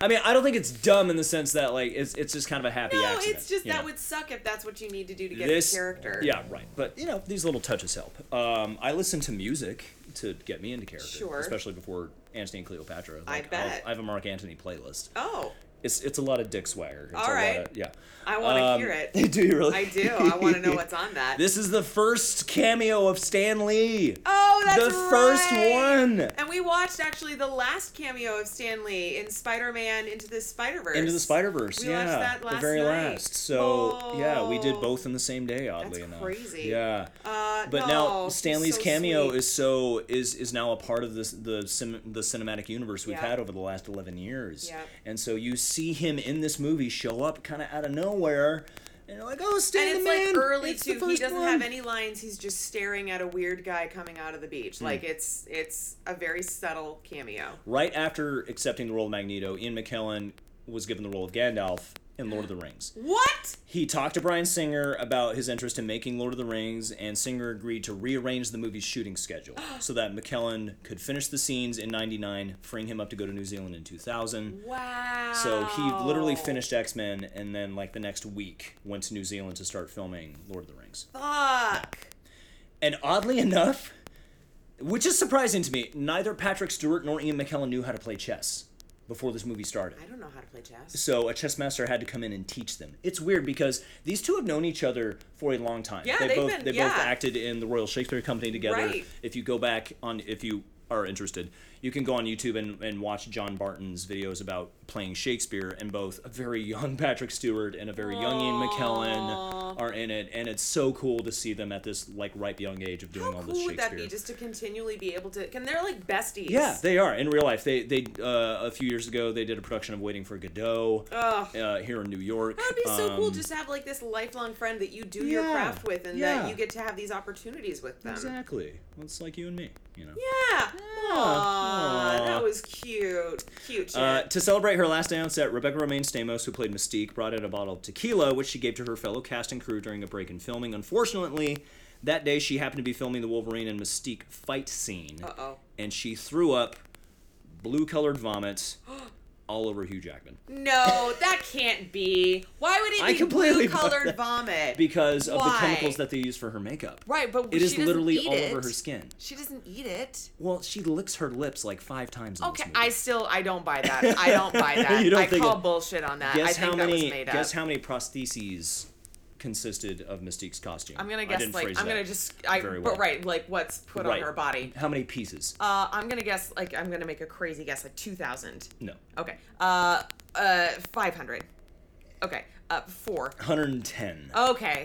Speaker 3: I mean, I don't think it's dumb in the sense that like it's it's just kind of a happy
Speaker 2: no,
Speaker 3: accident.
Speaker 2: it's just
Speaker 3: you
Speaker 2: that
Speaker 3: know?
Speaker 2: would suck if that's what you need to do to get
Speaker 3: this
Speaker 2: the character.
Speaker 3: Yeah, right. But you know, these little touches help. Um, I listen to music to get me into character,
Speaker 2: Sure.
Speaker 3: especially before Anthony and Cleopatra.
Speaker 2: I
Speaker 3: I'll-
Speaker 2: bet.
Speaker 3: I have a Mark Antony playlist.
Speaker 2: Oh,
Speaker 3: It's it's a lot of dick swagger. It's
Speaker 2: All
Speaker 3: a lot
Speaker 2: right.
Speaker 3: of- yeah.
Speaker 2: I want to
Speaker 3: Um,
Speaker 2: hear it.
Speaker 3: Do you really?
Speaker 2: I do. I want to know what's on that.
Speaker 3: This is the first cameo of Stan Lee.
Speaker 2: oh, that's
Speaker 3: the first
Speaker 2: right.
Speaker 3: one.
Speaker 2: And we watched actually the last cameo of Stanley in Spider-Man Into the Spider-Verse.
Speaker 3: Into the Spider Verse,
Speaker 2: We
Speaker 3: yeah,
Speaker 2: watched that
Speaker 3: the
Speaker 2: last
Speaker 3: very
Speaker 2: night.
Speaker 3: last. So yeah, we did
Speaker 2: Oh.
Speaker 3: both in the same day. Oddly
Speaker 2: That's
Speaker 3: enough,
Speaker 2: crazy.
Speaker 3: Yeah,
Speaker 2: Uh,
Speaker 3: but
Speaker 2: no,
Speaker 3: now
Speaker 2: he's
Speaker 3: Stanley's
Speaker 2: so
Speaker 3: cameo
Speaker 2: sweet.
Speaker 3: is so is is now a part of this the sim, the cinematic universe we've
Speaker 2: Yeah.
Speaker 3: had over the last eleven years.
Speaker 2: Yeah.
Speaker 3: and so you see him in this movie show up kind of out of nowhere, and you're like, oh, Stan,
Speaker 2: and it's
Speaker 3: man,
Speaker 2: like early
Speaker 3: it's the
Speaker 2: too. He
Speaker 3: first
Speaker 2: doesn't
Speaker 3: one."
Speaker 2: have any lines. He's just staring at a weird guy coming out of the beach. Like
Speaker 3: Hmm.
Speaker 2: it's it's a very subtle cameo.
Speaker 3: Right after accepting the role of Magneto, Ian McKellen was given the role of Gandalf in Lord of the Rings.
Speaker 2: What?
Speaker 3: He talked to Brian Singer about his interest in making Lord of the Rings, and Singer agreed to rearrange the movie's shooting schedule so that McKellen could finish the scenes in 99, freeing him up to go to New Zealand in 2000.
Speaker 2: Wow.
Speaker 3: So he literally finished X Men and then, like, the next week went to New Zealand to start filming Lord of the Rings.
Speaker 2: Fuck.
Speaker 3: And oddly enough, which is surprising to me, neither Patrick Stewart nor Ian McKellen knew how to play chess before this movie started.
Speaker 2: I don't know how to play chess.
Speaker 3: So a chess master had to come in and teach them. It's weird because these two have known each other for a long time.
Speaker 2: Yeah,
Speaker 3: they
Speaker 2: they've
Speaker 3: both
Speaker 2: been-
Speaker 3: they
Speaker 2: yeah.
Speaker 3: both acted in the Royal Shakespeare Company together.
Speaker 2: Right.
Speaker 3: If you go back on if you are interested, you can go on YouTube and, and watch John Barton's videos about playing Shakespeare and both a very young Patrick Stewart and a very young Ian McKellen are in it and it's so cool to see them at this like ripe young age of doing
Speaker 2: How
Speaker 3: all this
Speaker 2: cool would
Speaker 3: Shakespeare.
Speaker 2: that be just to continually be able to? Can they're like besties?
Speaker 3: Yeah, they are in real life. They they uh, a few years ago they did a production of Waiting for Godot
Speaker 2: Ugh.
Speaker 3: uh, here in New York.
Speaker 2: That'd be so cool
Speaker 3: Um,
Speaker 2: just to have like this lifelong friend that you do your
Speaker 3: Yeah,
Speaker 2: craft with and that
Speaker 3: yeah.
Speaker 2: you get to have these opportunities with them.
Speaker 3: Exactly. It's like you and me, you know.
Speaker 2: Yeah. Aw,
Speaker 3: Aw.
Speaker 2: that was cute. Cute. Shit.
Speaker 3: Uh, to celebrate her last day on set, Rebecca Romaine Stamos, who played Mystique, brought in a bottle of tequila, which she gave to her fellow cast and crew during a break in filming. Unfortunately, that day she happened to be filming the Wolverine and Mystique fight scene,
Speaker 2: Uh-oh.
Speaker 3: and she threw up blue-colored vomit all over Hugh Jackman
Speaker 2: No, that can't be. Why would
Speaker 3: I
Speaker 2: it be
Speaker 3: completely
Speaker 2: blue
Speaker 3: bought
Speaker 2: colored
Speaker 3: that.
Speaker 2: vomit?
Speaker 3: because of the
Speaker 2: Why?
Speaker 3: chemicals that they use for her makeup.
Speaker 2: right, but
Speaker 3: It
Speaker 2: she
Speaker 3: is
Speaker 2: doesn't
Speaker 3: literally
Speaker 2: eat
Speaker 3: all
Speaker 2: it.
Speaker 3: over her skin.
Speaker 2: She doesn't eat it.
Speaker 3: Well, she licks her lips like five times. In this
Speaker 2: Okay,
Speaker 3: movie.
Speaker 2: I still I don't buy that. I don't buy that.
Speaker 3: You don't
Speaker 2: I
Speaker 3: think
Speaker 2: call
Speaker 3: it-
Speaker 2: bullshit on that. I
Speaker 3: Guess
Speaker 2: think
Speaker 3: how
Speaker 2: that
Speaker 3: many?
Speaker 2: was made up.
Speaker 3: guess how many prostheses consisted of Mystique's costume?
Speaker 2: I'm gonna
Speaker 3: I
Speaker 2: guess
Speaker 3: didn't
Speaker 2: like
Speaker 3: phrase
Speaker 2: I'm
Speaker 3: that
Speaker 2: gonna just I
Speaker 3: very well.
Speaker 2: but right like what's put
Speaker 3: Right.
Speaker 2: on her body.
Speaker 3: How many pieces?
Speaker 2: Uh, I'm gonna guess like I'm gonna make a crazy guess like two thousand.
Speaker 3: no,
Speaker 2: Okay. Uh, uh, five hundred. Okay. Uh, four.
Speaker 3: 110,
Speaker 2: Okay.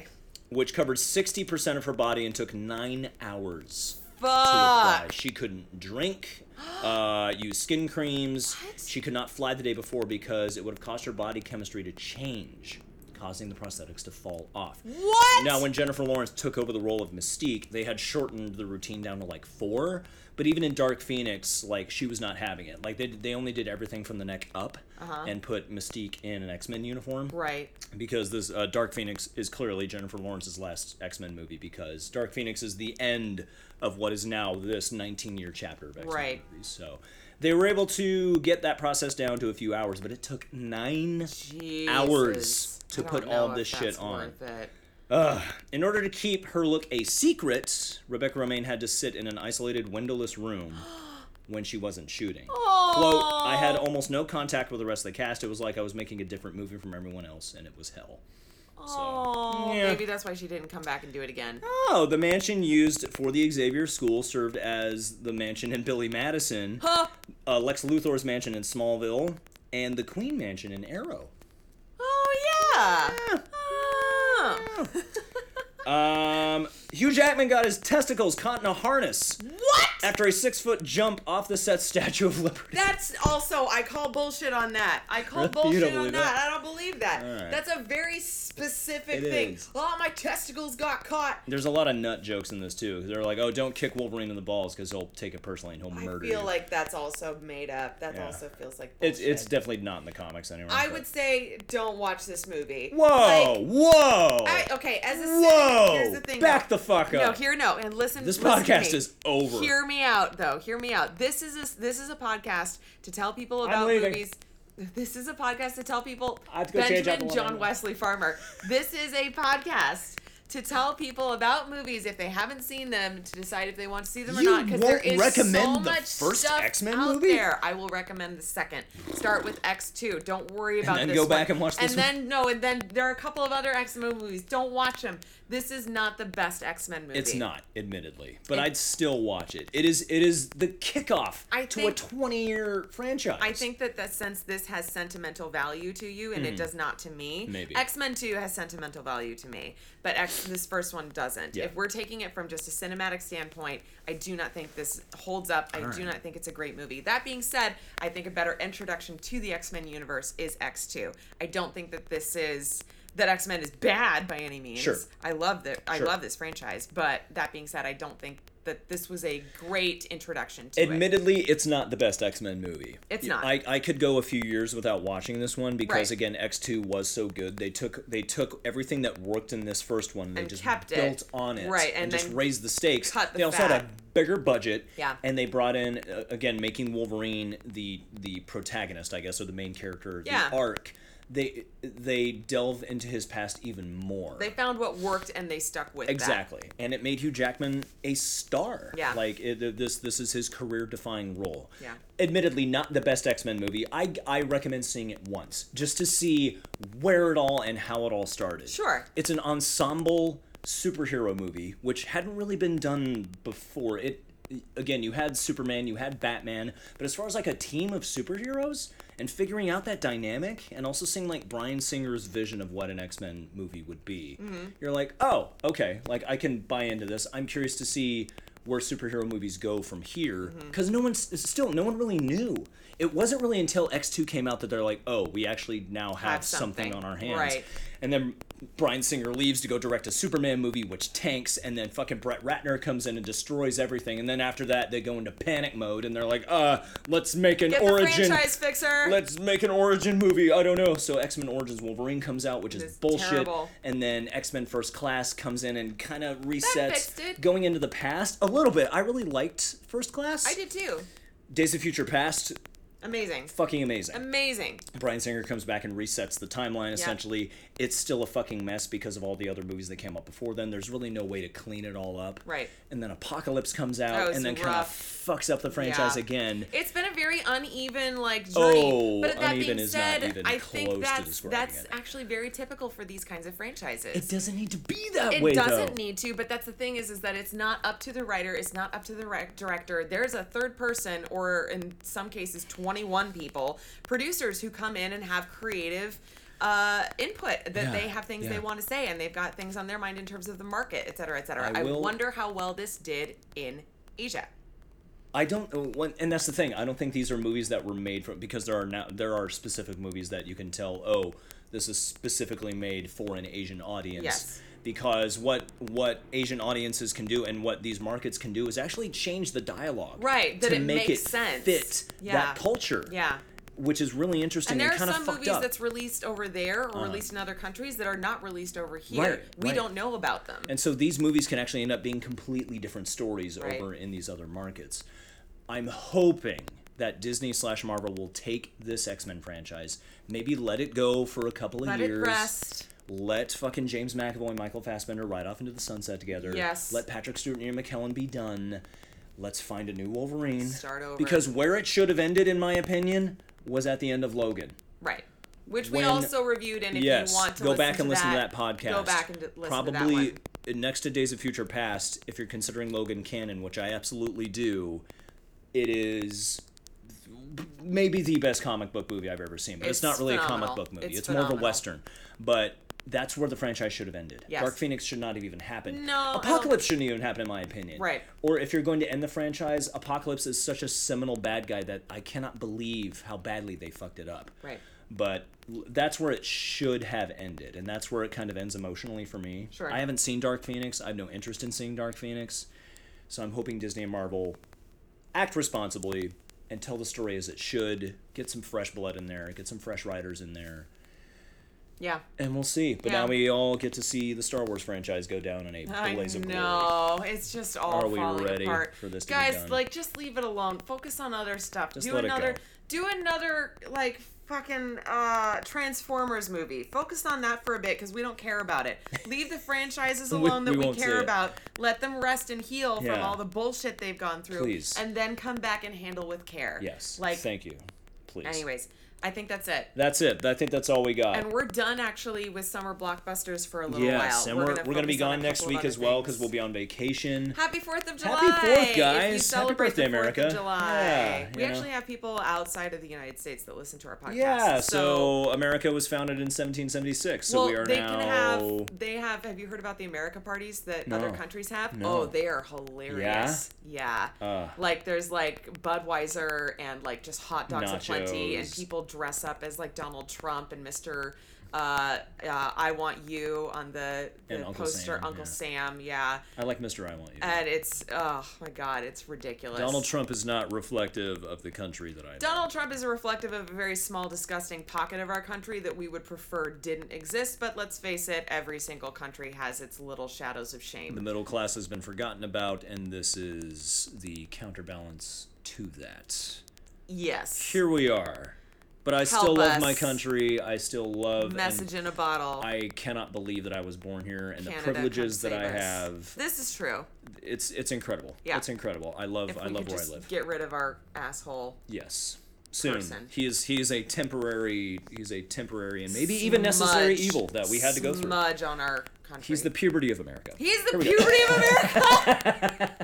Speaker 3: which covered 60 percent of her body and took nine hours. to apply.
Speaker 2: Fuck.
Speaker 3: She couldn't drink, uh, use skin creams. She could not fly the day before because it would have caused her body chemistry to change, causing the prosthetics to fall off.
Speaker 2: What?
Speaker 3: Now, when Jennifer Lawrence took over the role of Mystique, they had shortened the routine down to like four. But even in Dark Phoenix, like she was not having it. Like they they only did everything from the neck up and put Mystique in an X Men uniform
Speaker 2: Uh-huh. Right.
Speaker 3: because this uh, Dark Phoenix is clearly Jennifer Lawrence's last X Men movie because Dark Phoenix is the end of what is now this 19 year chapter of X Men
Speaker 2: Right.
Speaker 3: movies. So they were able to get that process down to a few hours, but it took nine. Hours
Speaker 2: Jesus.
Speaker 3: to
Speaker 2: I
Speaker 3: put
Speaker 2: don't
Speaker 3: all
Speaker 2: know
Speaker 3: this
Speaker 2: if
Speaker 3: shit
Speaker 2: that's
Speaker 3: on.
Speaker 2: worth it.
Speaker 3: In order to keep her look a secret, Rebecca Romaine had to sit in an isolated windowless room when she wasn't shooting. Quote, I had almost no contact with the rest of the cast. It was like I was making a different movie from everyone else, and it was hell.
Speaker 2: Oh,
Speaker 3: Yeah.
Speaker 2: maybe that's why she didn't come back and do it again.
Speaker 3: Oh, the mansion used for the Xavier School served as the mansion in Billy Madison,
Speaker 2: Huh.
Speaker 3: uh, Lex Luthor's mansion in Smallville, and the Queen Mansion in Arrow.
Speaker 2: Oh yeah. Oh.
Speaker 3: Um, Hugh Jackman got his testicles caught in a harness
Speaker 2: What?
Speaker 3: after a six foot jump off the set Statue of Liberty.
Speaker 2: That's also I call bullshit on that. I call
Speaker 3: Really? You
Speaker 2: bullshit
Speaker 3: don't
Speaker 2: on
Speaker 3: believe
Speaker 2: that.
Speaker 3: that?
Speaker 2: I don't believe that.
Speaker 3: All right.
Speaker 2: That's a very specific
Speaker 3: It
Speaker 2: thing.
Speaker 3: is.
Speaker 2: Oh, my testicles got caught.
Speaker 3: There's a lot of nut jokes in this too. They're like, "Oh, don't kick Wolverine in the balls because he'll take it personally and he'll
Speaker 2: I
Speaker 3: murder
Speaker 2: feel
Speaker 3: you."
Speaker 2: like that's also made up. That
Speaker 3: Yeah.
Speaker 2: also feels like bullshit.
Speaker 3: it's it's definitely not in the comics anyway.
Speaker 2: I
Speaker 3: but-
Speaker 2: would say don't watch this movie.
Speaker 3: Whoa!
Speaker 2: Like,
Speaker 3: whoa!
Speaker 2: I, okay, as a
Speaker 3: whoa!
Speaker 2: Here's the thing.
Speaker 3: Back
Speaker 2: though.
Speaker 3: the fuck
Speaker 2: No,
Speaker 3: up.
Speaker 2: here no, and listen.
Speaker 3: This
Speaker 2: listen to
Speaker 3: podcast
Speaker 2: me.
Speaker 3: is over.
Speaker 2: Hear me out, though. Hear me out. This is a, this is a podcast to tell people about
Speaker 3: leaving.
Speaker 2: movies. This is a podcast to tell people
Speaker 3: I have to go change out
Speaker 2: Benjamin
Speaker 3: the
Speaker 2: John
Speaker 3: line.
Speaker 2: Wesley Farmer. This is a podcast to tell people about movies if they haven't seen them to decide if they want to see them or
Speaker 3: You
Speaker 2: not. Because there
Speaker 3: won't
Speaker 2: is
Speaker 3: recommend
Speaker 2: so
Speaker 3: the
Speaker 2: much
Speaker 3: first
Speaker 2: stuff
Speaker 3: X-Men
Speaker 2: out
Speaker 3: movie?
Speaker 2: there. I will recommend the second. Start with X two. Don't worry about
Speaker 3: then
Speaker 2: this.
Speaker 3: go
Speaker 4: one.
Speaker 3: back and watch this
Speaker 2: And
Speaker 3: one.
Speaker 2: then no, and then there are a couple of other X Men movies. Don't watch them. This is not the best X Men movie.
Speaker 3: It's not, admittedly, but I'd still watch it. It is it is the kickoff
Speaker 2: I
Speaker 3: to
Speaker 2: think-
Speaker 3: a twenty year franchise.
Speaker 2: I think that that since this has sentimental value to you, and it does not to me.
Speaker 3: Hmm. Maybe.
Speaker 2: X Men Two has sentimental value to me, but X this first one doesn't.
Speaker 3: Yeah.
Speaker 2: If we're taking it from just a cinematic standpoint, I do not think this holds up. I do not think it's a great movie. That being said, I think a better introduction to the X Men universe is X Two. I don't think that this is that X Men is bad by any means.
Speaker 3: Sure.
Speaker 2: I love that. I
Speaker 3: Sure.
Speaker 2: love this franchise, but that being said, I don't think that this was a great introduction to it.
Speaker 3: Admittedly, it's not the best X Men movie.
Speaker 2: It's
Speaker 3: Y-
Speaker 2: not.
Speaker 3: I, I could go a few years without watching this one because
Speaker 2: Right.
Speaker 3: again, X two was so good. They took they took everything that worked in this first one. They
Speaker 2: And
Speaker 3: just
Speaker 2: kept it.
Speaker 3: built on it,
Speaker 2: Right,
Speaker 3: and,
Speaker 2: and
Speaker 3: just
Speaker 2: then
Speaker 3: raised the stakes.
Speaker 2: cut the
Speaker 3: they also had a
Speaker 2: fat.
Speaker 3: bigger budget.
Speaker 2: Yeah.
Speaker 3: and they brought in uh, again making Wolverine the the protagonist, I guess, or the main character,
Speaker 2: Yeah.
Speaker 3: the arc. They they delve into his past even more.
Speaker 2: They found what worked and they stuck with that.
Speaker 3: Exactly, and it made Hugh Jackman a star.
Speaker 2: Yeah.
Speaker 3: like it, this this is his career-defining role.
Speaker 2: Yeah.
Speaker 3: admittedly not the best X Men movie. I I recommend seeing it once just to see where it all and how it all started.
Speaker 2: Sure.
Speaker 3: it's an ensemble superhero movie which hadn't really been done before. It again, you had Superman, you had Batman, but as far as like a team of superheroes and figuring out that dynamic and also seeing like Brian Singer's vision of what an X-Men movie would be.
Speaker 2: Mm-hmm.
Speaker 3: You're like, "Oh, okay, like I can buy into this. I'm curious to see where superhero movies go from here
Speaker 2: Mm-hmm.
Speaker 3: because no one's still no one really knew. It wasn't really until X2 came out that they're like, "Oh, we actually now have,
Speaker 2: Have
Speaker 3: something.
Speaker 2: something.
Speaker 3: on our hands."
Speaker 2: Right.
Speaker 3: And then Brian Singer leaves to go direct a Superman movie, which tanks. And then fucking Brett Ratner comes in and destroys everything. And then after that, they go into panic mode and they're like, "Uh, let's make an
Speaker 2: Get the
Speaker 3: origin."
Speaker 2: franchise fixer.
Speaker 3: Let's make an origin movie. I don't know. So X Men Origins Wolverine comes out, which is
Speaker 2: It's
Speaker 3: bullshit.
Speaker 2: terrible.
Speaker 3: And then X Men First Class comes in and kind of resets,
Speaker 2: fixed it.
Speaker 3: going into the past a little bit. I really liked First Class.
Speaker 2: I did too.
Speaker 3: Days of Future Past,
Speaker 2: Amazing.
Speaker 3: fucking amazing.
Speaker 2: Amazing.
Speaker 3: Brian Singer comes back and resets the timeline essentially. It's still a fucking mess because of all the other movies that came up before then. There's really no way to clean it all up.
Speaker 2: Right.
Speaker 3: And then Apocalypse comes out
Speaker 2: That was
Speaker 3: and then kind of
Speaker 2: rough.
Speaker 3: fucks up the franchise
Speaker 2: Yeah.
Speaker 3: again.
Speaker 2: It's been a very uneven like journey.
Speaker 3: Oh,
Speaker 2: but that
Speaker 3: uneven
Speaker 2: being
Speaker 3: is not
Speaker 2: said,
Speaker 3: even
Speaker 2: I
Speaker 3: close to
Speaker 2: think that's
Speaker 3: describing
Speaker 2: that's
Speaker 3: it.
Speaker 2: actually very typical for these kinds of franchises.
Speaker 3: It doesn't need to be that
Speaker 2: It
Speaker 3: way
Speaker 2: doesn't
Speaker 3: though.
Speaker 2: need to, but that's the thing is, is that it's not up to the writer. It's not up to the rec- director. There's a third person, or in some cases, 21 people, producers who come in and have creative uh, input that
Speaker 3: Yeah,
Speaker 2: they have things
Speaker 3: yeah.
Speaker 2: they want to say, and they've got things on their mind in terms of the market, et cetera, et cetera.
Speaker 3: I
Speaker 2: I,
Speaker 3: will-
Speaker 2: wonder how well this did in Asia.
Speaker 3: I don't, uh, when- and that's the thing. I don't think these are movies that were made for because there are now there are specific movies that you can tell. Oh, this is specifically made for an Asian audience.
Speaker 2: Yes.
Speaker 3: Because what what Asian audiences can do and what these markets can do is actually change the dialogue.
Speaker 2: Right, that
Speaker 3: to
Speaker 2: it
Speaker 3: make
Speaker 2: makes
Speaker 3: it
Speaker 2: sense.
Speaker 3: fit
Speaker 2: Yeah.
Speaker 3: that culture.
Speaker 2: Yeah.
Speaker 3: Which is really interesting
Speaker 2: And
Speaker 3: and,
Speaker 2: there are
Speaker 3: kind of
Speaker 2: some
Speaker 3: fucked
Speaker 2: movies
Speaker 3: up. Uh.
Speaker 2: that's released over there or released in other countries that are not released over here.
Speaker 3: Right,
Speaker 2: we
Speaker 3: right.
Speaker 2: don't know about them.
Speaker 3: And so these movies can actually end up being completely different stories
Speaker 2: Right.
Speaker 3: over in these other markets. I'm hoping that Disney slash Marvel will take this X Men franchise, maybe let it go for a couple of
Speaker 2: Let it
Speaker 3: years.
Speaker 2: rest.
Speaker 3: Let fucking James McAvoy and Michael Fassbender ride off into the sunset together.
Speaker 2: Yes.
Speaker 3: Let Patrick Stewart and Ian McKellen be done. Let's find a new Wolverine.
Speaker 2: Start over.
Speaker 3: Because where it should have ended, in my opinion, was at the end of Logan.
Speaker 2: Right. Which we
Speaker 3: When-
Speaker 2: also reviewed, and if
Speaker 3: yes,
Speaker 2: you want to
Speaker 3: go
Speaker 2: listen
Speaker 3: back
Speaker 2: to
Speaker 3: and listen
Speaker 2: that,
Speaker 3: to that podcast.
Speaker 2: Go back and d- listen
Speaker 3: probably
Speaker 2: to that one.
Speaker 3: next to Days of Future Past. If you're considering Logan canon, which I absolutely do, it is maybe the best comic book movie I've ever seen. But it's,
Speaker 2: It's
Speaker 3: not really a
Speaker 2: phenomenal.
Speaker 3: comic book movie. It's,
Speaker 2: It's
Speaker 3: more of a
Speaker 2: phenomenal.
Speaker 3: western. But that's where the franchise should have ended.
Speaker 2: Yes.
Speaker 3: Dark Phoenix should not have even happened.
Speaker 4: No, I don't-
Speaker 3: Apocalypse shouldn't even happen, in my opinion.
Speaker 2: Right.
Speaker 3: Or if you're going to end the franchise, Apocalypse is such a seminal bad guy that I cannot believe how badly they fucked it up.
Speaker 2: Right.
Speaker 3: But l- that's where it should have ended, and that's where it kind of ends emotionally for me.
Speaker 2: Sure.
Speaker 3: I haven't seen Dark Phoenix. I have no interest in seeing Dark Phoenix, so I'm hoping Disney and Marvel act responsibly and tell the story as it should. Get some fresh blood in there. Get some fresh writers in there.
Speaker 2: Yeah.
Speaker 3: And we'll see. But now
Speaker 2: Yeah.
Speaker 3: we all get to see the Star Wars franchise go down in a
Speaker 2: I
Speaker 3: blaze of glory.
Speaker 2: know. It's just all
Speaker 3: Are we
Speaker 2: falling
Speaker 3: ready
Speaker 2: apart.
Speaker 3: for this to be
Speaker 2: Guys,
Speaker 3: done?
Speaker 2: like just leave it alone. Focus on other stuff.
Speaker 3: Just
Speaker 2: do
Speaker 3: let it
Speaker 2: another
Speaker 3: go.
Speaker 2: do another like fucking uh Transformers movie. Focus on that for a bit cuz we don't care about it. Leave the franchises
Speaker 3: We-
Speaker 2: alone
Speaker 3: we
Speaker 2: that we,
Speaker 3: won't see
Speaker 2: care
Speaker 3: it.
Speaker 2: about. Let them rest and heal from
Speaker 3: Yeah.
Speaker 2: all the bullshit they've gone through
Speaker 3: Please.
Speaker 2: and then come back and handle with care.
Speaker 3: Yes.
Speaker 2: Like
Speaker 3: thank you. Please.
Speaker 2: anyways, I think that's it.
Speaker 3: That's it. I think that's all we got.
Speaker 2: And we're done actually with summer blockbusters for a little
Speaker 3: yes,
Speaker 2: while.
Speaker 3: and we're, we're, going to be
Speaker 2: focus on a
Speaker 3: gone next
Speaker 2: couple of
Speaker 3: week
Speaker 2: other
Speaker 3: as well
Speaker 2: things.
Speaker 3: because we'll be on vacation.
Speaker 2: Happy Fourth of July!
Speaker 3: Happy 4th,
Speaker 2: If
Speaker 3: guys.
Speaker 2: You
Speaker 3: Happy
Speaker 2: celebrate
Speaker 3: birthday,
Speaker 2: the 4th
Speaker 3: America.
Speaker 2: Of July.
Speaker 3: Yeah,
Speaker 2: we
Speaker 3: you know.
Speaker 2: actually have people outside of the United States that listen to our podcast.
Speaker 3: Yeah, so, America was founded in 1776, so
Speaker 2: well,
Speaker 3: we are
Speaker 2: they
Speaker 3: now.
Speaker 2: can have. They have. Have you heard about the America parties that other
Speaker 3: No.
Speaker 2: countries have?
Speaker 3: No.
Speaker 2: Oh, they are hilarious. Yeah.
Speaker 3: Uh.
Speaker 2: like there's like Budweiser and like just hot dogs aplenty, and
Speaker 3: Nachos.
Speaker 2: people dress up as like Donald Trump and Mister. Uh, uh, I want you on the, the
Speaker 3: And Uncle
Speaker 2: poster,
Speaker 3: Sam,
Speaker 2: Uncle
Speaker 3: yeah.
Speaker 2: Sam. Yeah,
Speaker 3: I like Mr. I Want You.
Speaker 2: and it's oh my god, it's ridiculous.
Speaker 3: Donald Trump is not reflective of the country that I.
Speaker 2: Donald Trump is a reflective of a very small, disgusting pocket of our country that we would prefer didn't exist. But let's face it, every single country has its little shadows of
Speaker 3: the
Speaker 2: shame.
Speaker 3: middle class has been forgotten about, and this is the counterbalance to that.
Speaker 2: Yes.
Speaker 3: here we are. But I still
Speaker 2: Help
Speaker 3: love my
Speaker 2: us.
Speaker 3: country. I still love
Speaker 2: Message
Speaker 3: and
Speaker 2: in a bottle.
Speaker 3: I cannot believe that I was born here and
Speaker 2: Canada,
Speaker 3: the privileges
Speaker 2: come
Speaker 3: that I
Speaker 2: save us.
Speaker 3: have.
Speaker 2: This is true.
Speaker 3: It's it's incredible.
Speaker 2: Yeah.
Speaker 3: It's incredible. I love
Speaker 2: If
Speaker 3: I
Speaker 2: we
Speaker 3: love
Speaker 2: could
Speaker 3: where
Speaker 2: just
Speaker 3: I live.
Speaker 2: get rid of our asshole.
Speaker 3: Yes. Soon.
Speaker 2: person.
Speaker 3: He is he is a temporary he's a temporary and maybe even necessary
Speaker 2: Smudge.
Speaker 3: evil that we had to go through.
Speaker 2: Smudge on our country.
Speaker 3: He's the puberty of America.
Speaker 2: He's
Speaker 3: Here
Speaker 2: the
Speaker 3: we
Speaker 2: puberty
Speaker 3: go.
Speaker 2: of America.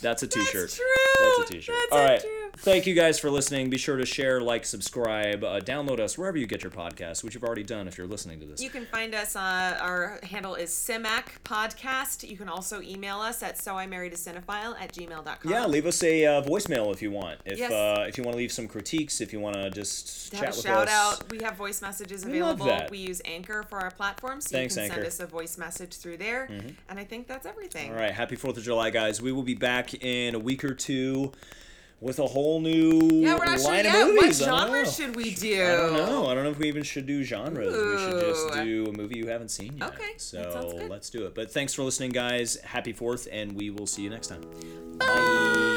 Speaker 3: That's a t-shirt.
Speaker 2: That's true.
Speaker 3: That's a t-shirt.
Speaker 2: That's
Speaker 3: All right.
Speaker 2: true.
Speaker 3: Thank you guys for listening. Be sure to share, like, subscribe, uh, download us wherever you get your podcasts, which you've already done if you're listening to this.
Speaker 2: You can find us. Uh, our handle is Simac Podcast. You can also email us at so I married a cinephile at gmail.com.
Speaker 3: Yeah, leave us a uh, voicemail if you want. If
Speaker 2: Yes.
Speaker 3: uh, if you want to leave some critiques, if you want to just
Speaker 2: have
Speaker 3: chat
Speaker 2: a
Speaker 3: with
Speaker 2: shout
Speaker 3: us.
Speaker 2: out. We have voice messages
Speaker 3: We love
Speaker 2: available.
Speaker 3: that.
Speaker 2: We use Anchor for our platform, so
Speaker 3: Thanks,
Speaker 2: you can
Speaker 3: Anchor. Mm-hmm.
Speaker 2: send us a voice message through there. And I think that's everything.
Speaker 3: All right, happy 4th of July guys. We will be back in a week or two with a whole new
Speaker 2: Yeah, we're not sure
Speaker 3: line
Speaker 2: yet.
Speaker 3: of movies.
Speaker 2: what
Speaker 3: I don't
Speaker 2: genre
Speaker 3: know.
Speaker 2: should we do?
Speaker 3: I don't know. I don't know if we even should do genres. We should just
Speaker 2: Ooh.
Speaker 3: do a movie you haven't seen yet.
Speaker 2: Okay, that sounds
Speaker 3: So
Speaker 2: good.
Speaker 3: let's do it. But thanks for listening, guys. Happy 4th, and we will see you next time.
Speaker 2: Bye.